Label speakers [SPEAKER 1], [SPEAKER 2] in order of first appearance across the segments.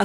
[SPEAKER 1] a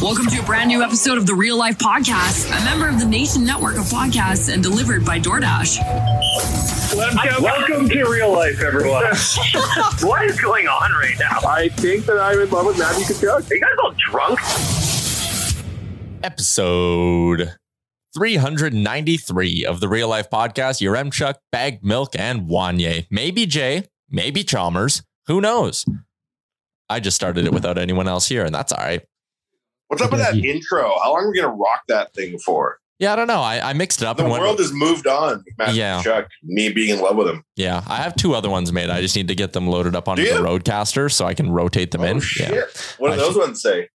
[SPEAKER 2] Welcome to a brand new episode of the Real Life Podcast, a member of the Nation Network of podcasts and delivered by DoorDash.
[SPEAKER 3] Welcome to real life, everyone.
[SPEAKER 4] What is going on right now?
[SPEAKER 3] I think that I'm in love with Matthew Kachuk.
[SPEAKER 4] Are you guys all drunk?
[SPEAKER 5] episode 393 of the Real Life Podcast. Your M Chuck, Bag Milk, and Wanye. Maybe Jay, maybe Chalmers. Who knows? I just started it without anyone else here, and that's all right.
[SPEAKER 6] What's up with that intro? How long are we going to rock that thing for?
[SPEAKER 5] Yeah, I don't know. I, I mixed it up
[SPEAKER 6] The
[SPEAKER 5] and went.
[SPEAKER 6] world has moved on. Matt
[SPEAKER 5] Yeah.
[SPEAKER 6] Chuck, me being in love with him.
[SPEAKER 5] yeah, I have two other ones made. I just need to get them loaded up onto
[SPEAKER 6] Do
[SPEAKER 5] the
[SPEAKER 6] you?
[SPEAKER 5] Roadcaster so I can rotate them
[SPEAKER 6] Oh,
[SPEAKER 5] in.
[SPEAKER 6] shit.
[SPEAKER 5] Yeah.
[SPEAKER 6] What do
[SPEAKER 5] I
[SPEAKER 6] those
[SPEAKER 5] should-
[SPEAKER 6] ones say?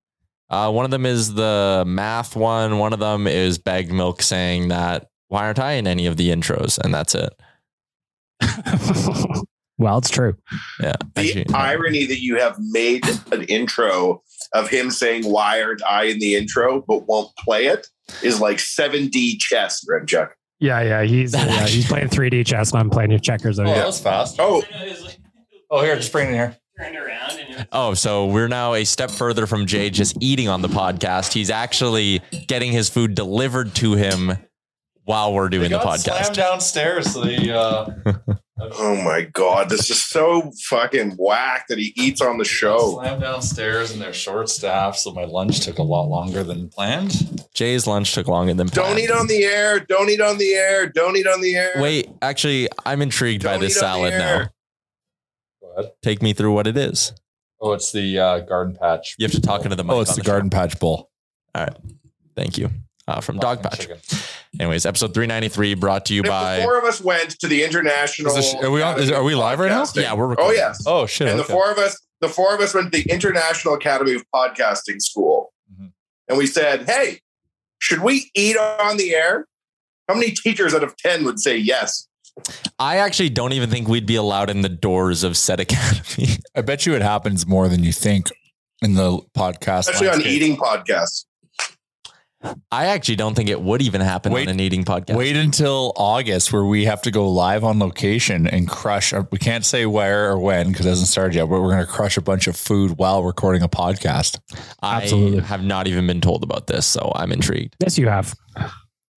[SPEAKER 5] Uh, one of them is the math one. One of them is Bag Milk saying that why aren't I in any of the intros? And that's it.
[SPEAKER 7] well, it's true.
[SPEAKER 5] Yeah.
[SPEAKER 6] The
[SPEAKER 5] Actually, uh, no.
[SPEAKER 6] irony that you have made an intro of him saying, Why aren't I in the intro, but won't play it is like 7D chess, Rem Chuck.
[SPEAKER 7] Yeah, yeah. He's uh, yeah, he's playing 3D chess and I'm playing your checkers. over here.
[SPEAKER 6] was fast. Oh,
[SPEAKER 8] Oh, here, just bring it in here.
[SPEAKER 5] Oh, so we're now a step further from Jay just eating on the podcast. He's actually getting his food delivered to him while we're doing the
[SPEAKER 8] Got slammed
[SPEAKER 5] podcast.
[SPEAKER 8] downstairs. The uh,
[SPEAKER 6] oh my God. This is so fucking whack that he eats on the
[SPEAKER 5] Oh.
[SPEAKER 6] show.
[SPEAKER 8] slammed downstairs, and they're short staffed, so my lunch took a lot longer than planned.
[SPEAKER 5] Jay's lunch took longer than
[SPEAKER 6] Don't
[SPEAKER 5] planned.
[SPEAKER 6] eat on the air. Don't eat on the air. Don't eat on the air.
[SPEAKER 5] Wait, actually, I'm intrigued by
[SPEAKER 6] Don't
[SPEAKER 5] this
[SPEAKER 6] eat on the
[SPEAKER 5] salad now.
[SPEAKER 6] air.
[SPEAKER 8] Go ahead.
[SPEAKER 5] Take me through what it is.
[SPEAKER 8] Oh, it's the uh, garden patch.
[SPEAKER 5] You have to talk into the mic.
[SPEAKER 9] Oh, it's
[SPEAKER 5] on
[SPEAKER 9] the
[SPEAKER 5] show.
[SPEAKER 9] garden patch bowl.
[SPEAKER 5] Thank you. Uh, from Dog
[SPEAKER 8] Fucking
[SPEAKER 5] Patch.
[SPEAKER 8] chicken.
[SPEAKER 5] Anyways, episode 393 brought to you
[SPEAKER 6] If
[SPEAKER 5] by.
[SPEAKER 6] the four of us went to the international.
[SPEAKER 9] Is this- are we on- is- are we live right now?
[SPEAKER 5] yeah, we're
[SPEAKER 6] Oh
[SPEAKER 5] recording.
[SPEAKER 6] yes.
[SPEAKER 9] Oh shit!
[SPEAKER 6] and the four of us, the four of us went to the International Academy of Podcasting School,
[SPEAKER 9] Mm-hmm.
[SPEAKER 8] Mhm.
[SPEAKER 6] and we said, "Hey, should we eat on the air?" How many teachers out of ten would say yes?
[SPEAKER 5] I actually don't even think we'd be allowed in the doors of said academy.
[SPEAKER 9] I bet you it happens more than you think in the podcast.
[SPEAKER 6] Especially on
[SPEAKER 9] landscape.
[SPEAKER 6] eating podcasts.
[SPEAKER 5] I actually don't think it would even happen
[SPEAKER 9] Wait-
[SPEAKER 5] on an eating podcast.
[SPEAKER 9] Wait until August where we have to go live on location and crush. We can't say where or when because it hasn't started yet, but we're going to crush a bunch of food while recording a podcast.
[SPEAKER 7] Absolutely.
[SPEAKER 5] I have not even been told about this, so I'm intrigued.
[SPEAKER 7] Yes, you have.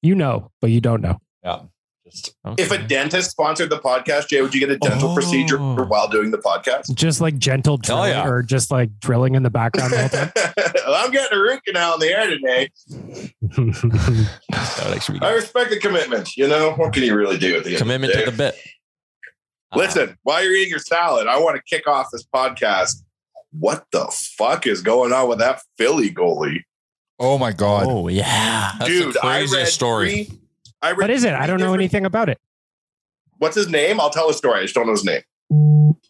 [SPEAKER 7] You know, but you don't know.
[SPEAKER 8] Yeah. Just
[SPEAKER 6] If a dentist sponsored the podcast, Jay, would you get a dental
[SPEAKER 5] Oh.
[SPEAKER 6] procedure while doing the podcast?
[SPEAKER 7] Just like gentle
[SPEAKER 9] Hell
[SPEAKER 7] drilling
[SPEAKER 9] yeah.
[SPEAKER 7] or just like drilling in the background the whole time.
[SPEAKER 6] I'm getting a root canal in the air today.
[SPEAKER 5] that would actually be
[SPEAKER 6] I
[SPEAKER 5] good.
[SPEAKER 6] respect the commitment. You know, what can you really do at the end?
[SPEAKER 5] commitment
[SPEAKER 6] of the
[SPEAKER 5] to
[SPEAKER 6] day?
[SPEAKER 5] the bit.
[SPEAKER 6] Listen, while you're eating your salad, I want to kick off this podcast what the fuck is going on with that Philly goalie?
[SPEAKER 9] Oh my god.
[SPEAKER 5] Oh yeah.
[SPEAKER 9] That's
[SPEAKER 6] Dude,
[SPEAKER 9] the
[SPEAKER 6] I
[SPEAKER 9] craziest
[SPEAKER 6] read
[SPEAKER 9] story.
[SPEAKER 6] three- I read
[SPEAKER 7] What is it? I don't know anything about it.
[SPEAKER 6] What's his name? I'll tell a story. I just don't know his name.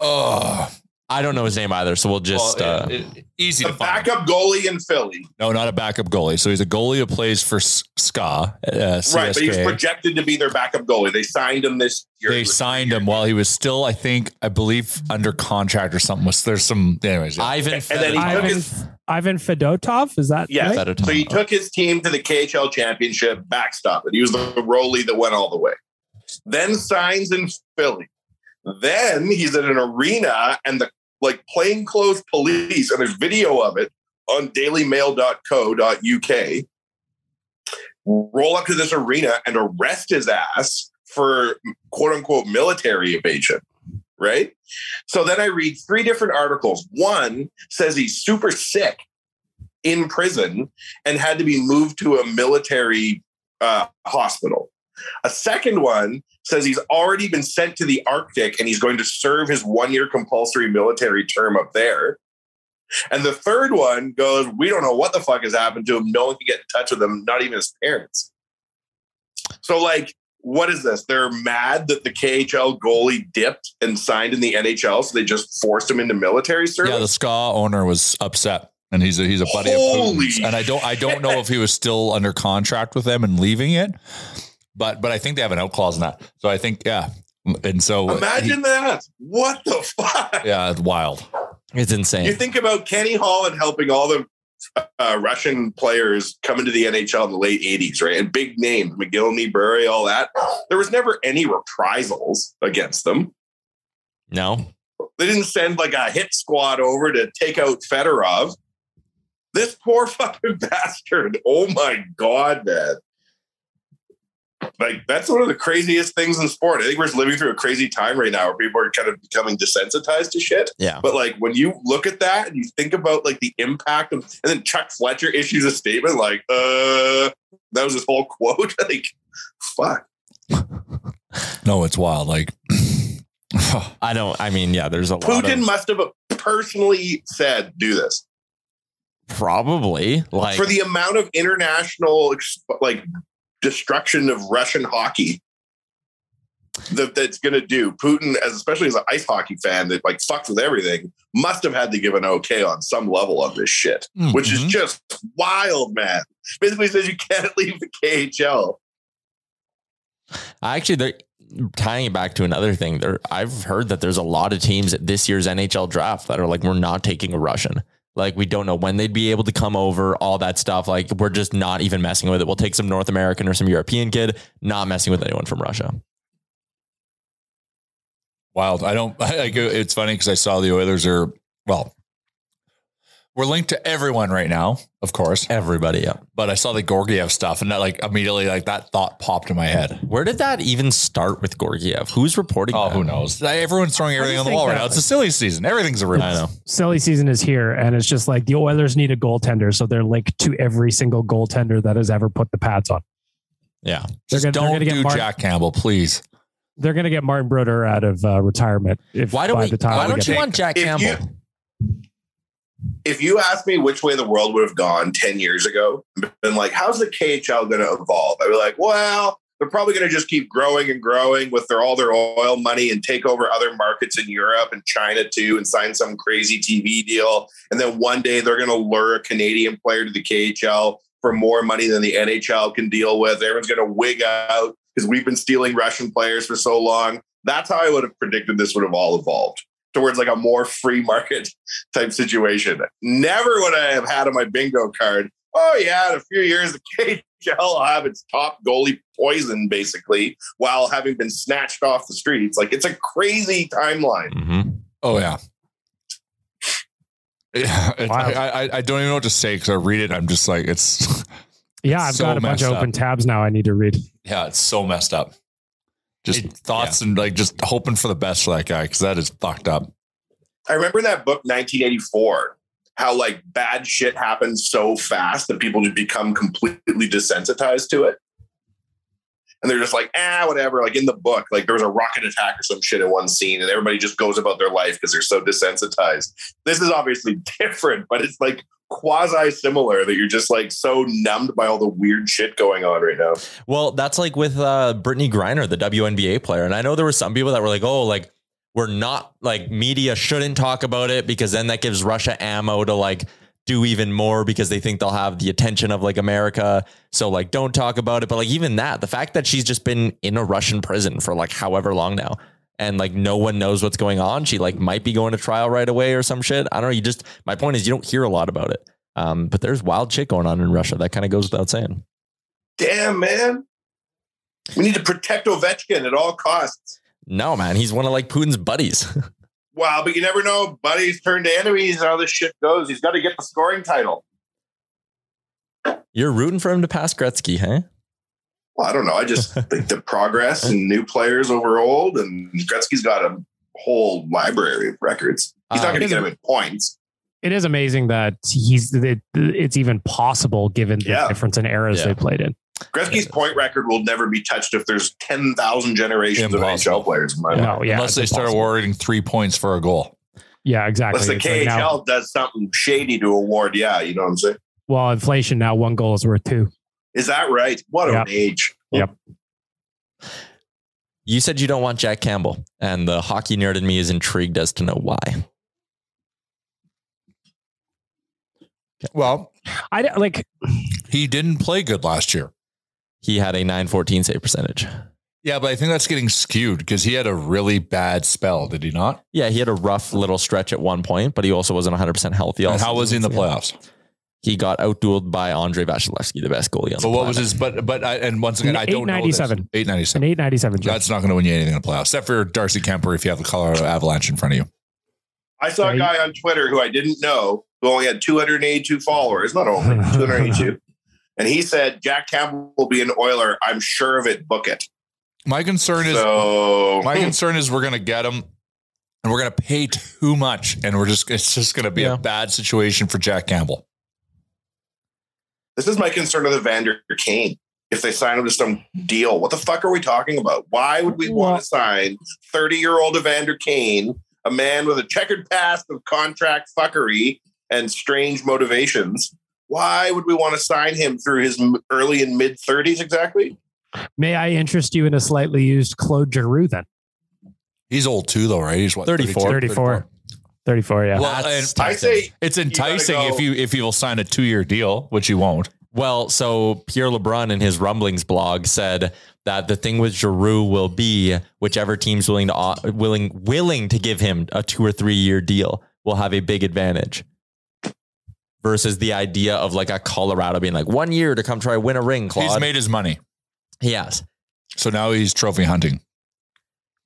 [SPEAKER 9] Oh
[SPEAKER 5] I don't know his name either, so we'll just.
[SPEAKER 8] Well,
[SPEAKER 5] uh,
[SPEAKER 8] it- it- easy
[SPEAKER 6] The
[SPEAKER 8] to find.
[SPEAKER 6] backup goalie in Philly.
[SPEAKER 9] no, not a backup goalie. So he's a goalie who plays for S- SKA. Uh,
[SPEAKER 6] Right, but he was
[SPEAKER 9] CSKA.
[SPEAKER 6] projected to be their backup goalie. They signed him this year.
[SPEAKER 9] they signed him while he was still, I think, I believe, under contract or something. Was there's some, anyways? Yeah.
[SPEAKER 5] Ivan
[SPEAKER 6] and then
[SPEAKER 5] Fedotov.
[SPEAKER 6] he took
[SPEAKER 7] Ivan,
[SPEAKER 6] his-
[SPEAKER 7] Ivan Fedotov, is that
[SPEAKER 6] Yeah,
[SPEAKER 7] right?
[SPEAKER 5] Fedotov.
[SPEAKER 6] So he took his team to the KHL championship, backstop it. He was the roly that went all the way. Then signs in Philly. Then he's in an arena and the like plainclothes police, and there's video of it on dailymail.co.uk. Roll up to this arena and arrest his ass for quote unquote military evasion. Right. So then I read three different articles. One says he's super sick in prison and had to be moved to a military uh, hospital. A second one says he's already been sent to the Arctic and he's going to serve his one year compulsory military term up there. And the third one goes, We don't know what the fuck has happened to him. No one can get in touch with him, not even his parents. So, like, what is this? They're mad that the KHL goalie dipped and signed in the NHL, so they just forced him into military service.
[SPEAKER 9] Yeah, the SKA owner was upset, and he's a, he's a buddy of
[SPEAKER 6] Holy
[SPEAKER 9] Putin's. And I don't I don't know if he was still under contract with them and leaving it, but but I think they have an out clause in that. So I think yeah, and so he-
[SPEAKER 6] Imagine that. What the fuck?
[SPEAKER 9] yeah, it's wild.
[SPEAKER 5] it's
[SPEAKER 6] You
[SPEAKER 5] insane.
[SPEAKER 6] think about Kenny Holland helping all the uh, Russian players come into the NHL in the late 80s, right? And big names, McGillney, Burry, all that. There was never any reprisals against them.
[SPEAKER 5] No.
[SPEAKER 6] They didn't send like a hit squad over to take out Fedorov. This poor fucking bastard. Oh my God, man. Like, that's one of the craziest things in sport. I think we're just living through a crazy time right now where people are kind of becoming desensitized to shit.
[SPEAKER 5] Yeah.
[SPEAKER 6] But like when you look at that and you think about like the impact of, and then Chuck Fletcher issues a statement like, uh, that was his whole quote. like, fuck.
[SPEAKER 9] No, it's wild. Like
[SPEAKER 5] I don't. I mean, yeah. There's a lot.
[SPEAKER 6] Putin
[SPEAKER 5] of-
[SPEAKER 6] must have personally said, do this.
[SPEAKER 5] probably like
[SPEAKER 6] For the amount of international, ex- like, destruction of Russian hockey that that's going to do, Putin, as especially as an ice hockey fan that like fucks with everything, must have had to give an okay on some level of this shit. which is
[SPEAKER 9] Mhm.
[SPEAKER 6] just wild, man. Basically says you can't leave the KHL.
[SPEAKER 5] I actually they're tying it back to another thing. There, I've heard that there's a lot of teams at this year's NHL draft that are like, we're not taking a Russian. Like we don't know when they'd be able to come over, all that stuff. Like we're just not even messing with it. We'll take some North American or some European kid, not messing with anyone from Russia.
[SPEAKER 9] wild. I don't. I, I go, it's funny because I saw the Oilers are well. We're linked to everyone right now, of course.
[SPEAKER 5] Everybody up.
[SPEAKER 9] But I saw the Gorgiev stuff, and that like immediately, like that thought popped in my head.
[SPEAKER 5] Where did that even start with Gorgiev? Who's reporting?
[SPEAKER 9] Oh,
[SPEAKER 5] that?
[SPEAKER 9] who knows? Everyone's throwing everything
[SPEAKER 7] just
[SPEAKER 9] on the
[SPEAKER 7] think
[SPEAKER 9] wall right
[SPEAKER 7] that,
[SPEAKER 9] now. It's a silly season. Everything's a rumor.
[SPEAKER 5] I know.
[SPEAKER 7] Silly season is here, and it's just like the Oilers need a goaltender, so they're linked to every single goaltender that has ever put the pads on.
[SPEAKER 5] Yeah.
[SPEAKER 7] They're
[SPEAKER 9] Just
[SPEAKER 7] gonna- they're
[SPEAKER 9] don't
[SPEAKER 7] gonna get
[SPEAKER 9] do
[SPEAKER 7] Mark-
[SPEAKER 9] Jack Campbell, please.
[SPEAKER 7] They're going to get Martin Broder out of uh, retirement. If
[SPEAKER 5] Why don't
[SPEAKER 7] by
[SPEAKER 5] we?
[SPEAKER 7] the time
[SPEAKER 5] Why
[SPEAKER 7] we
[SPEAKER 5] don't
[SPEAKER 7] get
[SPEAKER 5] you
[SPEAKER 7] there.
[SPEAKER 5] want Jack
[SPEAKER 6] If
[SPEAKER 5] Campbell?
[SPEAKER 6] you- If you asked me which way the world would have gone 10 years ago, I'd been like, how's the KHL going to evolve? I'd be like, well, they're probably going to just keep growing and growing with their all their oil money and take over other markets in Europe and China too and sign some crazy TV deal. And then one day they're going to lure a Canadian player to the KHL for more money than the NHL can deal with. Everyone's going to wig out because we've been stealing Russian players for so long. That's how I would have predicted this would have all evolved towards like a more free market type situation. Never would I have had on my bingo card. Oh yeah, in a few years the KHL will have its top goalie poison basically, while having been snatched off the streets. Like it's a crazy timeline.
[SPEAKER 5] Mhm.
[SPEAKER 9] Oh yeah. Yeah, it's-
[SPEAKER 7] Wow.
[SPEAKER 9] I, I I don't even know what to say because I read it. I'm just like it's
[SPEAKER 7] Yeah, I've
[SPEAKER 9] So
[SPEAKER 7] got a bunch of
[SPEAKER 9] messed up.
[SPEAKER 7] open tabs now. I need to read.
[SPEAKER 9] yeah, it's so messed up. Just
[SPEAKER 5] It-
[SPEAKER 9] thoughts and like just hoping for the best for that guy because that is fucked up.
[SPEAKER 6] I remember in that book 1984 how like bad shit happens so fast that people just become completely desensitized to it. and they're just like, ah, whatever. Like in the book, like there was a rocket attack or some shit in one scene, and everybody just goes about their life because they're so desensitized. This is obviously different, but it's like quasi similar that you're just like so numbed by all the weird shit going on right now.
[SPEAKER 5] Well, that's like with uh, Brittany Griner, the WNBA player. And I know there were some people that were like, oh, like, we're not like media shouldn't talk about it because then that gives Russia ammo to like do even more because they think they'll have the attention of like America. So, like, don't talk about it. But, like, even that, the fact that she's just been in a Russian prison for like however long now and like no one knows what's going on, she like might be going to trial right away or some shit. I don't know. You just, my point is, you don't hear a lot about it. Um, but there's wild shit going on in Russia. That kind of goes without saying.
[SPEAKER 6] Damn, man. We need to protect Ovechkin at all costs.
[SPEAKER 5] No, man. He's one of like Putin's buddies.
[SPEAKER 6] Wow, but you never know. Buddies turn to enemies, how this shit goes. He's got to get the scoring title.
[SPEAKER 5] You're rooting for him to pass Gretzky, huh?
[SPEAKER 6] Well, I don't know. I just think the progress and new players over old, and Gretzky's got a whole library of records. He's not
[SPEAKER 7] Uh,
[SPEAKER 6] going to get him in points.
[SPEAKER 7] It is amazing that he's that it's even possible given the
[SPEAKER 6] Yeah.
[SPEAKER 7] difference in eras
[SPEAKER 6] Yeah.
[SPEAKER 7] they played in.
[SPEAKER 6] Gretzky's point record will never be touched if there's 10,000 generations of NHL players. In my mind.
[SPEAKER 9] Unless they start awarding three points for a goal.
[SPEAKER 7] Yeah, exactly.
[SPEAKER 6] Unless the
[SPEAKER 7] It's like
[SPEAKER 6] KHL
[SPEAKER 7] now-
[SPEAKER 6] does something shady to award. Yeah, you know what I'm saying?
[SPEAKER 7] well, inflation now one goal is worth two.
[SPEAKER 6] Is that right? What
[SPEAKER 7] Yep.
[SPEAKER 6] an age.
[SPEAKER 7] Yep.
[SPEAKER 5] You said you don't want Jack Campbell, and the hockey nerd in me is intrigued as to know why.
[SPEAKER 9] Well,
[SPEAKER 7] I don't- like
[SPEAKER 9] he didn't play good last year.
[SPEAKER 5] He had a 914 save percentage.
[SPEAKER 9] Yeah, but I think that's getting skewed because he had a really bad spell, did he not?
[SPEAKER 5] Yeah, he had a rough little stretch at one point, but he also wasn't 100% healthy.
[SPEAKER 9] And
[SPEAKER 5] Also.
[SPEAKER 9] how was he in the playoffs?
[SPEAKER 5] He got outdueled by Andre Vasilevsky, the best goalie on
[SPEAKER 9] But
[SPEAKER 5] the
[SPEAKER 9] what was
[SPEAKER 5] planet.
[SPEAKER 9] his? But but I, and once again, I don't know. this.
[SPEAKER 7] 897.
[SPEAKER 9] 897.
[SPEAKER 7] An 897. Jeff.
[SPEAKER 9] That's not going to win you anything in the playoffs, except for Darcy Kemper if you have the Colorado Avalanche in front of you.
[SPEAKER 6] I saw a guy on Twitter who I didn't know who only had 282 followers, not only 282. and he said, Jack Campbell will be an Oiler. I'm sure of it. Book it.
[SPEAKER 9] My concern is
[SPEAKER 6] So, hmm,
[SPEAKER 9] my concern is we're going to get him, and we're going to pay too much, and we're just it's just going to be a bad situation for Jack Campbell.
[SPEAKER 6] this is my concern with Evander Kane. If they sign him to some deal, what the fuck are we talking about? Why would we want to sign 30 year old Evander Kane, a man with a checkered past of contract fuckery and strange motivations? Why would we want to sign him through his m- early and mid 30s exactly?
[SPEAKER 7] May I interest you in a slightly used Claude Giroux then?
[SPEAKER 9] He's old too, though, right? He's what
[SPEAKER 7] 34. 34. 34, yeah.
[SPEAKER 9] Well, and I say it's enticing if you if you will sign a two year deal, which you won't.
[SPEAKER 5] Well, so Pierre LeBrun in his Rumblings blog said that the thing with Giroux will be whichever team's willing to willing willing to give him a two or three year deal will have a big advantage. Versus the idea of like a Colorado being like one year to come try to win a ring. Claude.
[SPEAKER 9] He's made his money.
[SPEAKER 5] He has.
[SPEAKER 9] So now he's trophy hunting.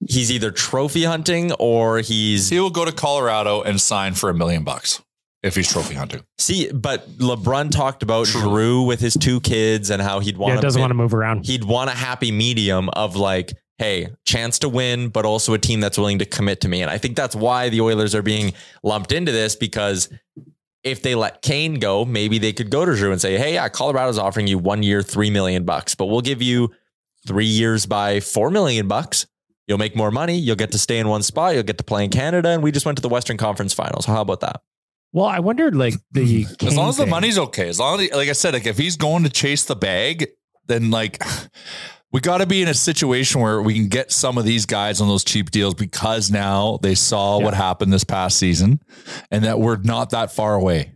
[SPEAKER 5] He's either trophy hunting or he's
[SPEAKER 9] he will go to Colorado and sign for a million bucks if he's trophy hunting.
[SPEAKER 5] See, but LeBron talked about Drew with his two kids and how he'd want.
[SPEAKER 7] Yeah, doesn't
[SPEAKER 5] bit-
[SPEAKER 7] want to move around.
[SPEAKER 5] He'd want a happy medium of like, hey, chance to win, but also a team that's willing to commit to me. And I think that's why the Oilers are being lumped into this because if they let Kane go, maybe they could go to Drew and say, hey, yeah, Colorado's offering you one year, three million bucks, but we'll give you three years by four million bucks. You'll make more money. You'll get to stay in one spot. You'll get to play in Canada. And we just went to the Western Conference Finals. How about that?
[SPEAKER 7] Well, I wondered like the
[SPEAKER 9] as long
[SPEAKER 7] Kane
[SPEAKER 9] as the
[SPEAKER 7] thing.
[SPEAKER 9] money's okay, as long as, like I said, like if he's going to chase the bag, then like we got to be in a situation where we can get some of these guys on those cheap deals because now they saw what happened this past season, and that we're not that far away.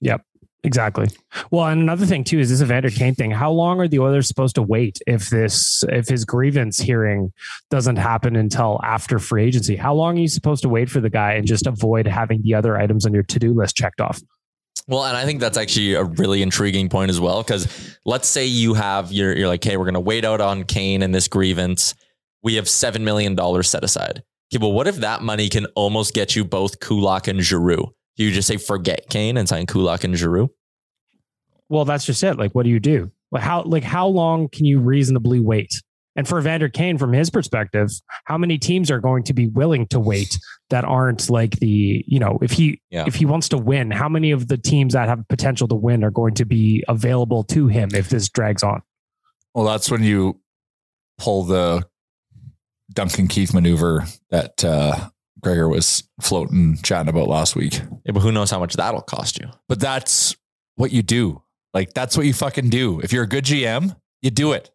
[SPEAKER 7] Yep. Exactly. Well, and another thing too is this Evander Kane thing. How long are the Oilers supposed to wait if this if his grievance hearing doesn't happen until after free agency? How long are you supposed to wait for the guy and just avoid having the other items on your to-do list checked off?
[SPEAKER 5] Well, and I think that's actually a really intriguing point as well. Because let's say you have you're, you're like, hey, we're going to wait out on Kane and this grievance. We have seven million dollars set aside. Okay, well, what if that money can almost get you both Kulak and Giroux? Do you just say forget Kane and sign Kulak and Giroux?
[SPEAKER 7] Well, that's just it. Like, what do you do? Like how like how long can you reasonably wait? And for Evander Kane, from his perspective, how many teams are going to be willing to wait that aren't like the you know if he
[SPEAKER 5] Yeah.
[SPEAKER 7] if he wants to win, how many of the teams that have potential to win are going to be available to him if this drags on?
[SPEAKER 9] Well, that's when you pull the Duncan Keith maneuver that uh, Gregor was floating chatting about last week.
[SPEAKER 5] Yeah, but who knows how much that'll cost you?
[SPEAKER 9] But that's what you do. Like that's what you fucking do. If you're a good GM, you do it.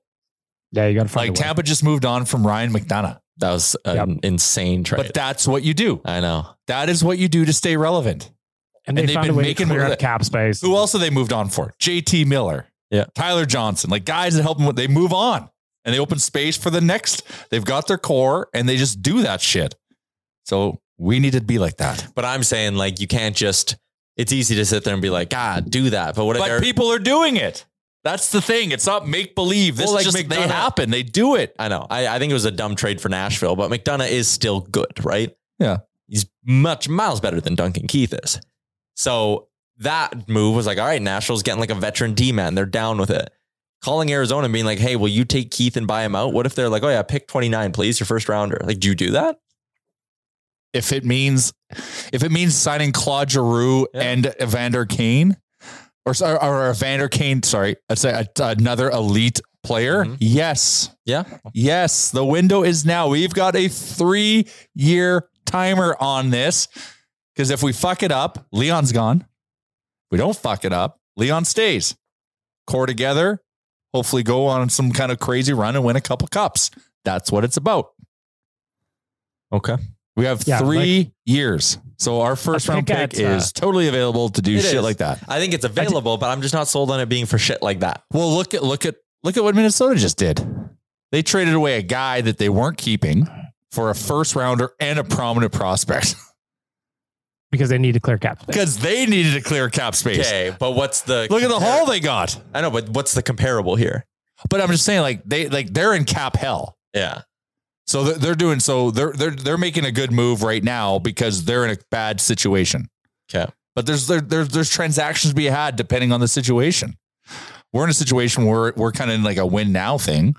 [SPEAKER 7] Yeah, you got to find
[SPEAKER 9] Like
[SPEAKER 7] a way.
[SPEAKER 9] Tampa just moved on from Ryan McDonough.
[SPEAKER 5] That was an insane trade.
[SPEAKER 9] But that's what you do.
[SPEAKER 5] I know.
[SPEAKER 9] That is what you do to stay relevant.
[SPEAKER 7] and they
[SPEAKER 9] and they've
[SPEAKER 7] found a
[SPEAKER 9] been
[SPEAKER 7] way to
[SPEAKER 9] making
[SPEAKER 7] clear
[SPEAKER 9] more
[SPEAKER 7] up
[SPEAKER 9] of that.
[SPEAKER 7] cap space.
[SPEAKER 9] Who else have they moved on for? JT Miller.
[SPEAKER 5] Yeah.
[SPEAKER 9] Tyler Johnson. Like guys that help them with they move on and they open space for the next. They've got their core and they just do that shit. So we need to be like that.
[SPEAKER 5] But I'm saying like you can't just. It's easy to sit there and be like, ah, do that. But what if
[SPEAKER 9] But
[SPEAKER 5] they're-
[SPEAKER 9] people are doing it. That's the thing. It's not make believe. This
[SPEAKER 5] Well, like
[SPEAKER 9] just they
[SPEAKER 5] McDonough-
[SPEAKER 9] happen. They do it.
[SPEAKER 5] I know. I, I think it was a dumb trade for Nashville, but McDonough is still good, right?
[SPEAKER 9] Yeah.
[SPEAKER 5] He's much miles better than Duncan Keith is. So that move was like, all right, Nashville's getting like a veteran D man. They're down with it. Calling Arizona and being like, hey, will you take Keith and buy him out? What if they're like, oh yeah, pick 29, please, your first rounder? Like, do you do that?
[SPEAKER 9] If it means if it means signing Claude Giroux
[SPEAKER 5] Yeah.
[SPEAKER 9] and Evander Kane or sorry, or Evander Kane, sorry, I'd say a- another elite player.
[SPEAKER 5] Mhm.
[SPEAKER 9] Yes.
[SPEAKER 5] Yeah.
[SPEAKER 9] Yes, the window is now. We've got a three year timer on this because if we fuck it up, Leon's gone. We don't fuck it up, Leon stays. Core together, hopefully go on some kind of crazy run and win a couple cups. That's what it's about.
[SPEAKER 5] Okay.
[SPEAKER 9] We have
[SPEAKER 7] Yeah,
[SPEAKER 9] three years. So our first round
[SPEAKER 7] pick
[SPEAKER 9] pick
[SPEAKER 7] at, uh,
[SPEAKER 9] is totally available to do
[SPEAKER 5] It
[SPEAKER 9] shit
[SPEAKER 5] is.
[SPEAKER 9] like that.
[SPEAKER 5] I think it's available, but I'm just not sold on it being for shit like that.
[SPEAKER 9] Well, look at look at look at what Minnesota just did. They traded away a guy that they weren't keeping for a first rounder and a prominent prospect
[SPEAKER 7] because they need to clear cap space.
[SPEAKER 9] because they needed to clear cap space.
[SPEAKER 5] Okay. But what's the.
[SPEAKER 9] Look at the
[SPEAKER 5] compar-
[SPEAKER 9] haul they got.
[SPEAKER 5] I know, but what's the comparable here?
[SPEAKER 9] But I'm just saying, like they like they're in cap hell.
[SPEAKER 5] Yeah.
[SPEAKER 9] So they're, they're doing so they're they're they're making a good move right now because they're in a bad situation.
[SPEAKER 5] Okay.
[SPEAKER 9] But there's there, there's there's transactions to be had depending on the situation. We're in a situation where we're kind of in like a win now thing.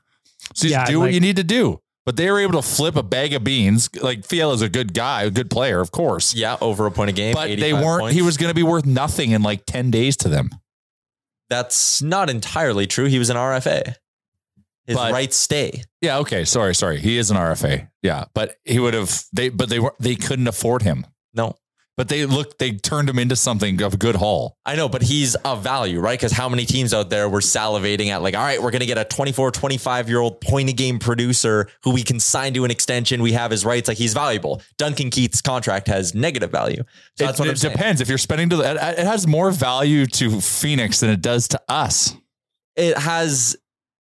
[SPEAKER 9] So you
[SPEAKER 7] Yeah,
[SPEAKER 9] just do what
[SPEAKER 7] like-
[SPEAKER 9] you need to do. But they were able to flip a bag of beans. Like Fiala's a good guy, a good player, of course.
[SPEAKER 5] Yeah. Over a point a game.
[SPEAKER 9] but they
[SPEAKER 5] 85
[SPEAKER 9] weren't.
[SPEAKER 5] points.
[SPEAKER 9] He was going to be worth nothing in like ten days to them.
[SPEAKER 5] That's not entirely true. He was an RFA. His
[SPEAKER 9] But-
[SPEAKER 5] rights stay.
[SPEAKER 9] Yeah. Okay. Sorry. Sorry. He is an RFA. Yeah. But he would have. They. But they were. They couldn't afford him.
[SPEAKER 5] No,
[SPEAKER 9] But they look. They turned him into something of good haul.
[SPEAKER 5] I know, but he's of value, right? Because how many teams out there were salivating at, like, all right, we're going to get a 24, 25 year old point a game producer who we can sign to an extension. We have his rights. Like, he's valuable. Duncan Keith's contract has negative value. So that's
[SPEAKER 9] it
[SPEAKER 5] what I'm
[SPEAKER 9] it
[SPEAKER 5] saying.
[SPEAKER 9] depends. If you're spending to. It it has more value to Phoenix than it does to us.
[SPEAKER 5] It has.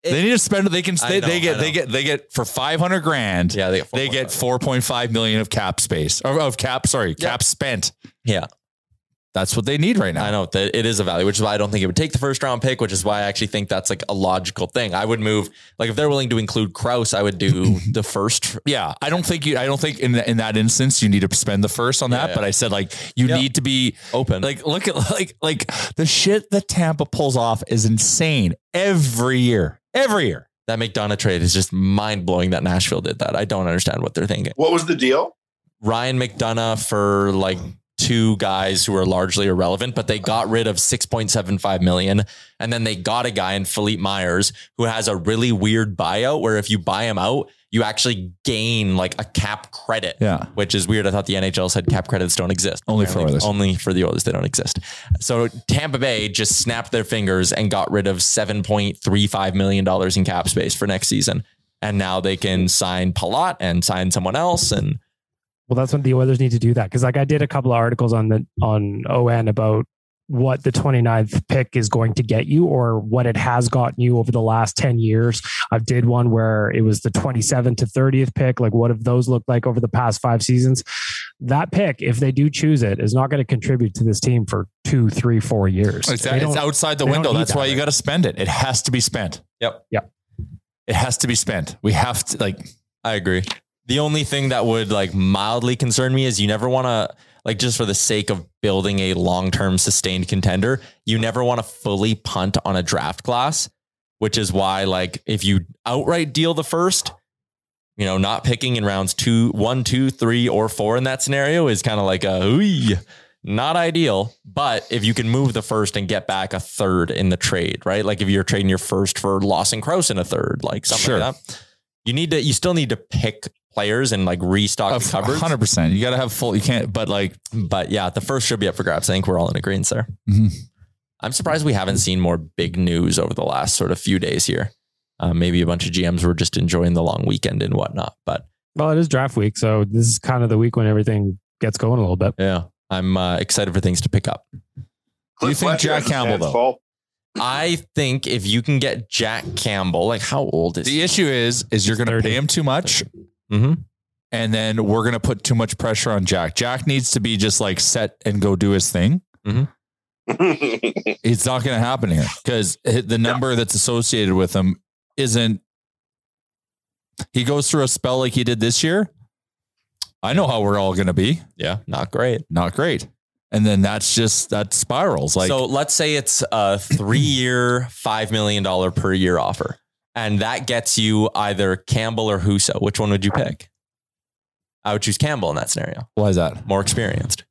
[SPEAKER 5] It-
[SPEAKER 9] they need to spend. They can.
[SPEAKER 5] I
[SPEAKER 9] They,
[SPEAKER 5] know,
[SPEAKER 9] they
[SPEAKER 5] I
[SPEAKER 9] get. They
[SPEAKER 5] know.
[SPEAKER 9] get. They get for five hundred grand.
[SPEAKER 5] Yeah, they get
[SPEAKER 9] They get
[SPEAKER 5] 4.5.
[SPEAKER 9] four point five million of cap space or of cap. Sorry,
[SPEAKER 5] Yeah.
[SPEAKER 9] cap spent.
[SPEAKER 5] Yeah.
[SPEAKER 9] That's what they need right now.
[SPEAKER 5] I know that it is a value, which is why I don't think it would take the first round pick, which is why I actually think that's like a logical thing. I would move, like, if they're willing to include Kraus, I would do the first.
[SPEAKER 9] Yeah, I don't think you. I don't think in in that instance you need to spend the first on
[SPEAKER 5] Yeah,
[SPEAKER 9] that.
[SPEAKER 5] yeah.
[SPEAKER 9] But I said like you
[SPEAKER 5] Yeah.
[SPEAKER 9] need to be
[SPEAKER 5] Open.
[SPEAKER 9] Like look at like like the shit that Tampa pulls off is insane every year. Every year.
[SPEAKER 5] That McDonough trade is just mind blowing that Nashville did that. I don't understand what they're thinking.
[SPEAKER 6] What was the deal?
[SPEAKER 5] Ryan McDonough for like two guys who are largely irrelevant, but they got rid of 6.75 million. And then they got a guy in Philippe Myers who has a really weird buyout where if you buy him out, you actually gain like a cap credit.
[SPEAKER 9] Yeah.
[SPEAKER 5] Which is weird. I thought the NHL said cap credits don't exist.
[SPEAKER 9] Only for
[SPEAKER 5] Apparently,
[SPEAKER 9] Oilers.
[SPEAKER 5] Only for the Oilers, they don't exist. So Tampa Bay just snapped their fingers and got rid of seven point three five million dollars in cap space for next season, and now they can sign Palat and sign someone else. And
[SPEAKER 7] Well, that's when the Oilers need to do that because, like, I did a couple of articles on the on ON about what the 29th pick is going to get you or what it has gotten you over the last 10 years. I did one where it was the 27th to 30th pick. Like, what have those looked like over the past five seasons? That pick, if they do choose it, is not going to contribute to this team for two, three, four years.
[SPEAKER 9] It's,
[SPEAKER 7] They
[SPEAKER 9] it's
[SPEAKER 7] don't-
[SPEAKER 9] outside
[SPEAKER 7] they
[SPEAKER 9] the
[SPEAKER 7] don't
[SPEAKER 9] window.
[SPEAKER 7] need
[SPEAKER 9] That's
[SPEAKER 7] that
[SPEAKER 9] why
[SPEAKER 7] right
[SPEAKER 9] you got to spend it. It has to be spent.
[SPEAKER 5] Yep.
[SPEAKER 7] Yep.
[SPEAKER 9] It has to be spent. We have to like
[SPEAKER 5] I agree. The only thing that would like mildly concern me is you never want to like just for the sake of building a long-term sustained contender, you never want to fully punt on a draft class, which is why like if you outright deal the first, you know, not picking in rounds two, one, two, three, or four in that scenario is kind of like a ooey, not ideal. But if you can move the first and get back a third in the trade, right? Like if you're trading your first for Lawson Krause in a third, like something
[SPEAKER 9] Sure.
[SPEAKER 5] like that. You need to. You still need to pick players and like restock the cupboards.
[SPEAKER 9] Hundred percent. You got to have full. You can't. But like,
[SPEAKER 5] But yeah, the first should be up for grabs. I think we're all in agreement there.
[SPEAKER 9] Mhm.
[SPEAKER 5] I'm surprised we haven't seen more big news over the last sort of few days here. Uh, maybe a bunch of GMs were just enjoying the long weekend and whatnot. But
[SPEAKER 7] Well, it is draft week, so this is kind of the week when everything gets going a little bit.
[SPEAKER 5] yeah, I'm uh, excited for things to pick up.
[SPEAKER 9] do you think Jack Campbell though?
[SPEAKER 5] I think if you can get Jack Campbell, like how old is
[SPEAKER 9] The issue is, is you're going to pay him too much,
[SPEAKER 5] Mhm.
[SPEAKER 9] and then we're going to put too much pressure on Jack. Jack needs to be just like set and go do his thing.
[SPEAKER 5] Mhm.
[SPEAKER 9] it's not going to happen here because the number that's associated with him isn't. He goes through a spell like he did this year. I know how we're all going to be.
[SPEAKER 5] Yeah, not great.
[SPEAKER 9] Not great. And then that's just that spirals. Like
[SPEAKER 5] so let's say it's a three year, $5 million per year offer. And that gets you either Campbell or Huso. Which one would you pick? I would choose Campbell in that scenario.
[SPEAKER 9] why is that?
[SPEAKER 5] More experienced.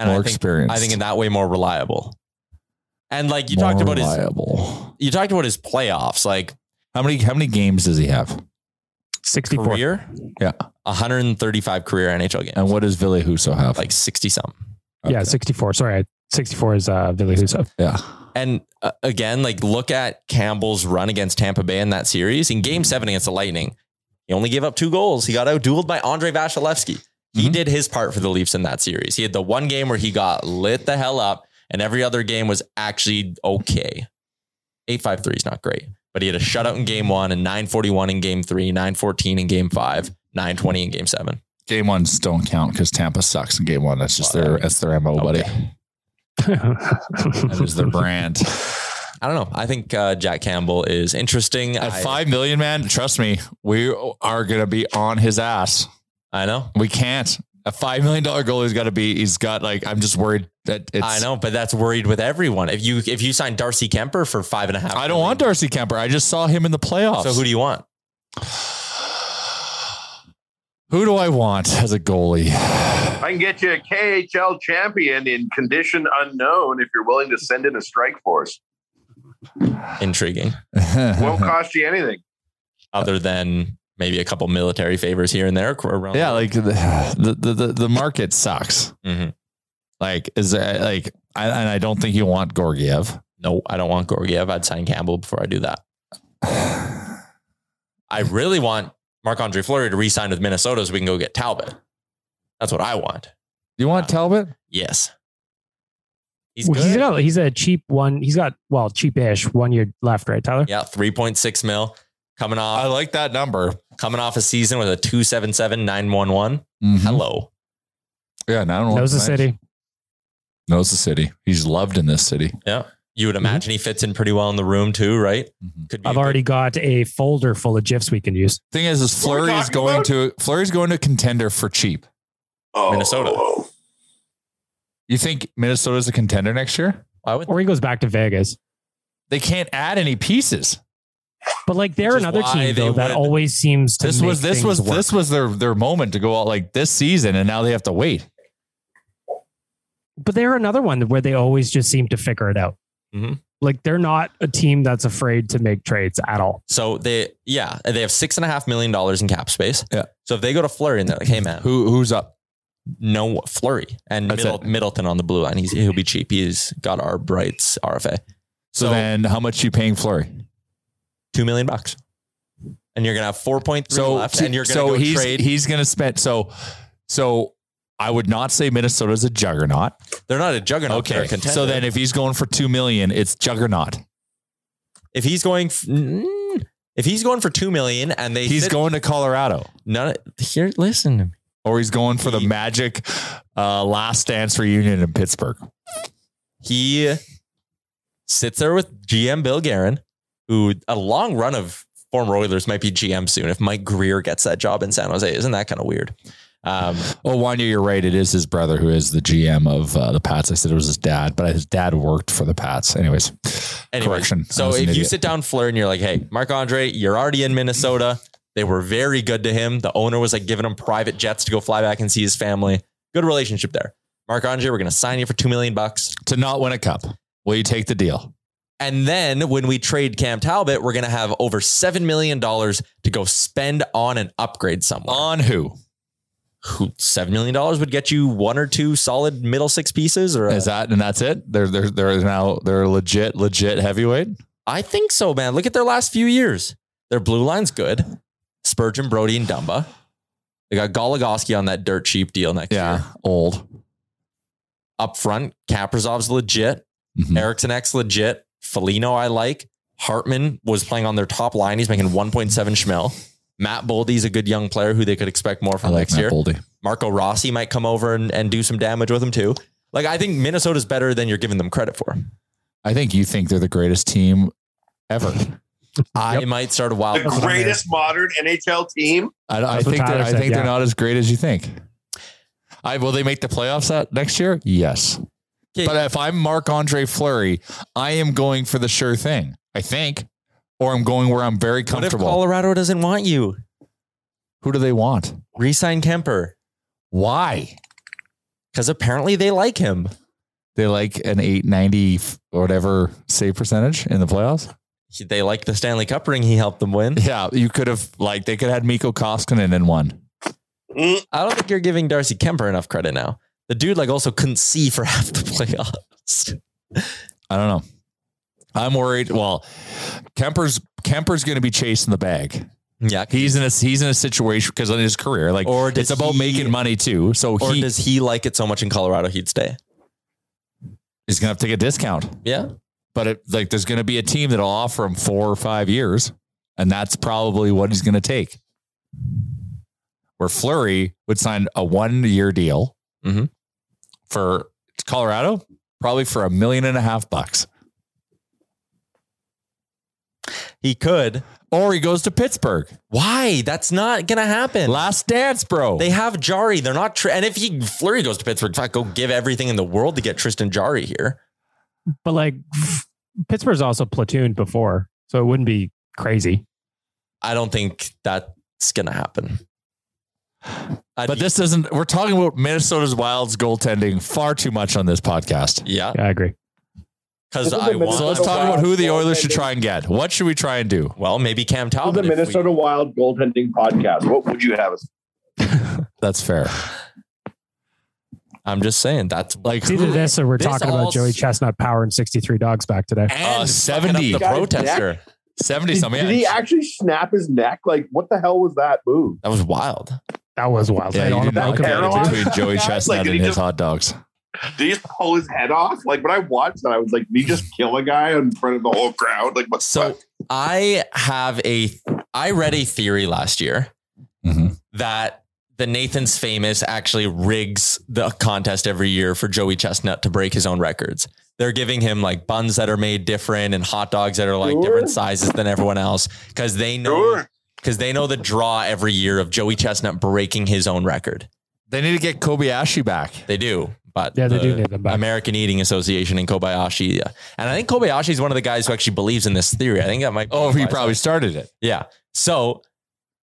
[SPEAKER 5] And I
[SPEAKER 9] More
[SPEAKER 5] think,
[SPEAKER 9] experienced.
[SPEAKER 5] I think in that way, more reliable. And like you talked about his, you talked about his playoffs, like
[SPEAKER 9] How many how many games does he have?
[SPEAKER 7] 64.
[SPEAKER 5] career,
[SPEAKER 9] Yeah.
[SPEAKER 5] 135 career NHL games,
[SPEAKER 9] And what does Ville Husso have?
[SPEAKER 5] like 60 something.
[SPEAKER 7] Yeah,
[SPEAKER 9] Okay.
[SPEAKER 7] 64. Sorry, 64 is uh, Billy Huso.
[SPEAKER 9] Yeah.
[SPEAKER 5] And uh, again, like look at Campbell's run against Tampa Bay in that series in game seven against the Lightning. He only gave up two goals. He got out dueled by Andre Vasilevsky. He
[SPEAKER 9] Mhm.
[SPEAKER 5] did his part for the Leafs in that series. He had the one game where he got lit the hell up, and every other game was actually okay. 853 is not great, but he had a shutout in game one and 941 in game three, 914 in game five, 920 in game seven.
[SPEAKER 9] Game ones don't count because Tampa sucks in game one. That's just
[SPEAKER 5] Well,
[SPEAKER 9] their
[SPEAKER 5] that-
[SPEAKER 9] that's their MO, buddy. That is their brand.
[SPEAKER 5] I don't know. I think uh, Jack Campbell is interesting.
[SPEAKER 9] At
[SPEAKER 5] I,
[SPEAKER 9] five million, man, trust me, we are gonna be on his ass.
[SPEAKER 5] I know.
[SPEAKER 9] We can't. A five million dollar goalie's got to be. He's got like. I'm just worried that it's.
[SPEAKER 5] I know, but that's worried with everyone. If you if you sign Darcy Kemper for five and a half,
[SPEAKER 9] I don't want Darcy Kemper. I just saw him in the playoffs.
[SPEAKER 5] So who do you want?
[SPEAKER 9] who do I want as a goalie?
[SPEAKER 4] I can get you a KHL champion in condition unknown if you're willing to send in a strike force.
[SPEAKER 5] Intriguing.
[SPEAKER 4] Won't cost you anything.
[SPEAKER 5] Other than maybe a couple military favors here and there. Around
[SPEAKER 9] yeah, like the the the, the, the market sucks.
[SPEAKER 5] Mhm.
[SPEAKER 9] Like is there, like I, and I don't think you want Gorgiev.
[SPEAKER 5] no, I don't want Gorgiev. I'd sign Campbell before I do that. I really want Marc Andre Fleury to re-sign with Minnesota so we can go get Talbot. That's what I want.
[SPEAKER 9] You want Talbot?
[SPEAKER 5] Yes. He's
[SPEAKER 7] Well,
[SPEAKER 5] good.
[SPEAKER 7] he's got he's a cheap one. He's got well cheapish one year left, right, Tyler?
[SPEAKER 5] yeah, 3.6 mil. Coming off
[SPEAKER 9] I like that Mm-hmm. number.
[SPEAKER 5] coming off a season with a 277 911. Hello.
[SPEAKER 9] Yeah, and I don't know.
[SPEAKER 7] Knows the city.
[SPEAKER 9] Knows the city. He's loved in this city.
[SPEAKER 5] You
[SPEAKER 9] Mm-hmm.
[SPEAKER 5] would imagine he fits in pretty well in the room too, right?
[SPEAKER 9] Mhm.
[SPEAKER 5] Could be
[SPEAKER 7] I've
[SPEAKER 5] a
[SPEAKER 7] already got a folder full of gifs we can use.
[SPEAKER 9] Thing is, is
[SPEAKER 6] What are we
[SPEAKER 9] Flurry is
[SPEAKER 6] talking
[SPEAKER 9] going
[SPEAKER 6] about?
[SPEAKER 9] to Flurry's going to contender for cheap.
[SPEAKER 6] Oh,
[SPEAKER 5] Minnesota.
[SPEAKER 6] oh,
[SPEAKER 9] You think Minnesota's a contender next year?
[SPEAKER 5] Why would
[SPEAKER 7] Or he goes back to Vegas.
[SPEAKER 9] They can't add any pieces.
[SPEAKER 7] But like they're
[SPEAKER 5] Which is
[SPEAKER 7] another
[SPEAKER 5] why
[SPEAKER 7] team
[SPEAKER 5] they
[SPEAKER 7] though that
[SPEAKER 5] would-
[SPEAKER 7] always seems to
[SPEAKER 9] This
[SPEAKER 7] make
[SPEAKER 9] was this
[SPEAKER 7] things
[SPEAKER 9] was
[SPEAKER 7] work.
[SPEAKER 9] this was their their moment to go out like this season, and now they have to wait.
[SPEAKER 7] but they're another one where they always just seem to figure it out.
[SPEAKER 5] Mhm.
[SPEAKER 7] Like they're not a team that's afraid to make trades at all.
[SPEAKER 5] so they yeah they have six and a half million dollars in cap space.
[SPEAKER 9] Yeah.
[SPEAKER 5] So if they go to Flurry and they're like, hey man,
[SPEAKER 9] Who who's up?
[SPEAKER 5] no Flurry and
[SPEAKER 9] That's
[SPEAKER 5] Middle,
[SPEAKER 9] it.
[SPEAKER 5] Middleton on the blue line, he's he'll be cheap. He's got our brights RFA,
[SPEAKER 9] So,
[SPEAKER 5] So-
[SPEAKER 9] then, how much you paying Flurry?
[SPEAKER 5] two million bucks, and you're gonna have four point three
[SPEAKER 9] So
[SPEAKER 5] left, and you're gonna
[SPEAKER 9] so
[SPEAKER 5] go
[SPEAKER 9] he's
[SPEAKER 5] trade.
[SPEAKER 9] he's going to spend. So so I would not say Minnesota's a juggernaut.
[SPEAKER 5] they're not a juggernaut. they're a
[SPEAKER 9] Okay,
[SPEAKER 5] contender.
[SPEAKER 9] so then if he's going for two million, it's juggernaut.
[SPEAKER 5] if he's going. f- mm, if he's going for two million and they
[SPEAKER 9] He's
[SPEAKER 5] sit-
[SPEAKER 9] going to Colorado,
[SPEAKER 5] none here listen to me.
[SPEAKER 9] or he's going for the
[SPEAKER 5] He-
[SPEAKER 9] Magic uh, Last Dance reunion in Pittsburgh.
[SPEAKER 5] he sits there with GM Bill Guerin, who a long run of former Oilers might be GM soon if Mike Greer gets that job in San Jose. Isn't that kind of weird? Um,
[SPEAKER 9] Oh, Wanya, you're right. It is his brother who is the GM of uh, the Pats. I said it was his dad, but his dad worked for the Pats. Anyways,
[SPEAKER 5] anyway,
[SPEAKER 9] correction. I
[SPEAKER 5] So
[SPEAKER 9] was
[SPEAKER 5] if
[SPEAKER 9] an
[SPEAKER 5] you
[SPEAKER 9] idiot.
[SPEAKER 5] sit down Fleur and you're like, hey, Marc Andre, you're already in Minnesota. They were very good to him. The owner was like giving him private jets to go fly back and see his family. Good relationship there. Marc Andre, we're gonna sign you for two million bucks.
[SPEAKER 9] to not win a cup, will you take the deal?
[SPEAKER 5] And then when we trade Cam Talbot, we're going to have over $7 million to go spend on an upgrade somewhere.
[SPEAKER 9] On who?
[SPEAKER 5] Who $7 million would get you one or two solid middle six pieces or a-
[SPEAKER 9] Is that and that's it? They're they're they're now they're legit legit heavyweight.
[SPEAKER 5] I think so, man. Look at their last few years. Their blue line's good. Spurgeon, Brody, and Dumba. They got Goligoski on that dirt cheap deal next year.
[SPEAKER 9] Old.
[SPEAKER 5] Up front, Kaprizov's legit.
[SPEAKER 9] Mm-hmm.
[SPEAKER 5] Erickson X legit. Felino, I like. Hartman was playing on their top line. He's making 1.7 schmil. Matt Boldy's a good young player who they could expect more from
[SPEAKER 9] I like
[SPEAKER 5] next
[SPEAKER 9] Matt
[SPEAKER 5] year.
[SPEAKER 9] Boldy.
[SPEAKER 5] Marco Rossi might come over and, and do some damage with him too. Like I think Minnesota's better than you're giving them credit for.
[SPEAKER 9] I think you think they're the greatest team ever.
[SPEAKER 5] I might start a wild
[SPEAKER 9] The
[SPEAKER 5] card.
[SPEAKER 6] Greatest modern NHL team.
[SPEAKER 9] I, I
[SPEAKER 7] That's what
[SPEAKER 9] think
[SPEAKER 7] Tyler
[SPEAKER 9] they're, I
[SPEAKER 7] said,
[SPEAKER 9] think
[SPEAKER 7] yeah.
[SPEAKER 9] they're not as great as you think. I will they make the playoffs that next year? Yes. But if I'm Marc Andre Fleury, I am going for the sure thing. I think, or I'm going where I'm very
[SPEAKER 5] What if
[SPEAKER 9] comfortable.
[SPEAKER 5] Colorado doesn't want you?
[SPEAKER 9] Who do they want?
[SPEAKER 5] Resign Kemper.
[SPEAKER 9] Why?
[SPEAKER 5] Because apparently they like him.
[SPEAKER 9] They like an 890 f- whatever save percentage in the playoffs.
[SPEAKER 5] He- They like the Stanley Cup ring he helped them win.
[SPEAKER 9] Yeah, you could have like they could have had Miko Koskinen in one.
[SPEAKER 5] I don't think you're giving Darcy Kemper enough credit now. The dude like also couldn't see for half the playoffs.
[SPEAKER 9] I don't know. I'm worried. Well, Kemper's Kemper's going to be chasing the bag.
[SPEAKER 5] Yeah,
[SPEAKER 9] he's in a he's in a situation because of his career, like
[SPEAKER 5] Or does
[SPEAKER 9] it's about
[SPEAKER 5] he-
[SPEAKER 9] making money too. So
[SPEAKER 5] or
[SPEAKER 9] he
[SPEAKER 5] does he like it so much in Colorado he'd stay?
[SPEAKER 9] is going to have to take a discount.
[SPEAKER 5] Yeah.
[SPEAKER 9] But it, like, there's going to be a team that'll offer him four or five years, and that's probably what he's going to take. Where Flurry would sign a one-year deal
[SPEAKER 5] Mhm.
[SPEAKER 9] for Colorado, probably for a million and a half bucks.
[SPEAKER 5] He could.
[SPEAKER 9] Or he goes to Pittsburgh.
[SPEAKER 5] Why? That's not gonna happen.
[SPEAKER 9] Last dance, bro.
[SPEAKER 5] They have Jari. They're not. Tr- and if he Flurry goes to Pittsburgh, fuck, go give everything in the world to get Tristan Jari here.
[SPEAKER 7] But like Pittsburgh's also platooned before, so it wouldn't be crazy.
[SPEAKER 5] I don't think that's gonna happen. I'd
[SPEAKER 9] but
[SPEAKER 5] be-
[SPEAKER 9] this isn't. We're talking about Minnesota's Wild's goaltending far too much on this podcast.
[SPEAKER 5] yeah,
[SPEAKER 7] Yeah, I agree.
[SPEAKER 5] because
[SPEAKER 10] Isn't
[SPEAKER 5] I
[SPEAKER 10] the
[SPEAKER 5] want.
[SPEAKER 9] So let's
[SPEAKER 10] Minnesota
[SPEAKER 9] talk about
[SPEAKER 10] Wild's
[SPEAKER 9] who the Oilers should
[SPEAKER 10] goaltending-
[SPEAKER 9] try and get. What should we try and do?
[SPEAKER 5] Well, maybe Cam
[SPEAKER 10] This is
[SPEAKER 5] Talbot.
[SPEAKER 10] the
[SPEAKER 5] if we-
[SPEAKER 10] Minnesota Wild goaltending podcast.
[SPEAKER 4] What would you have? us-
[SPEAKER 9] That's fair.
[SPEAKER 5] I'm just saying that's like
[SPEAKER 7] It's either this or we're
[SPEAKER 5] This
[SPEAKER 7] talking
[SPEAKER 5] all-
[SPEAKER 7] about Joey Chestnut power and 63 dogs back today.
[SPEAKER 9] Uh,
[SPEAKER 5] and
[SPEAKER 9] 70.
[SPEAKER 5] seventy the
[SPEAKER 10] Guys,
[SPEAKER 5] protester.
[SPEAKER 9] Seventy
[SPEAKER 10] Did,
[SPEAKER 9] something.
[SPEAKER 10] did he actually snap his neck? Like, what the hell was that move?
[SPEAKER 5] That was wild.
[SPEAKER 7] That was wild.
[SPEAKER 9] Yeah,
[SPEAKER 7] I don't
[SPEAKER 9] you did
[SPEAKER 7] wanna
[SPEAKER 9] not
[SPEAKER 7] poke him.
[SPEAKER 9] get it
[SPEAKER 10] Paralyzed
[SPEAKER 9] between Joey
[SPEAKER 10] guys?
[SPEAKER 9] Chestnut
[SPEAKER 10] Like, did
[SPEAKER 9] and
[SPEAKER 10] he
[SPEAKER 9] his
[SPEAKER 10] just-
[SPEAKER 9] hot dogs.
[SPEAKER 6] Did he just pull his head off? Like when I watched that, I was like, did he just kill a guy in front of the whole crowd? Like what?
[SPEAKER 5] So I have a I read a theory last year
[SPEAKER 7] Mm-hmm.
[SPEAKER 5] that the Nathan's famous actually rigs the contest every year for Joey Chestnut to break his own records. They're giving him like buns that are made different and hot dogs that are like
[SPEAKER 10] Sure.
[SPEAKER 5] different sizes than everyone else because they know
[SPEAKER 4] Sure.
[SPEAKER 5] because they know the draw every year of Joey Chestnut breaking his own record.
[SPEAKER 9] They need to get Kobayashi back.
[SPEAKER 5] They do, but
[SPEAKER 7] Yeah, they
[SPEAKER 5] the
[SPEAKER 7] do need them back.
[SPEAKER 5] American Eating Association and Kobayashi, yeah. and I think Kobayashi is one of the guys who actually believes in this theory. I think that might.
[SPEAKER 9] Oh, he
[SPEAKER 5] qualify.
[SPEAKER 9] probably started it.
[SPEAKER 5] Yeah. So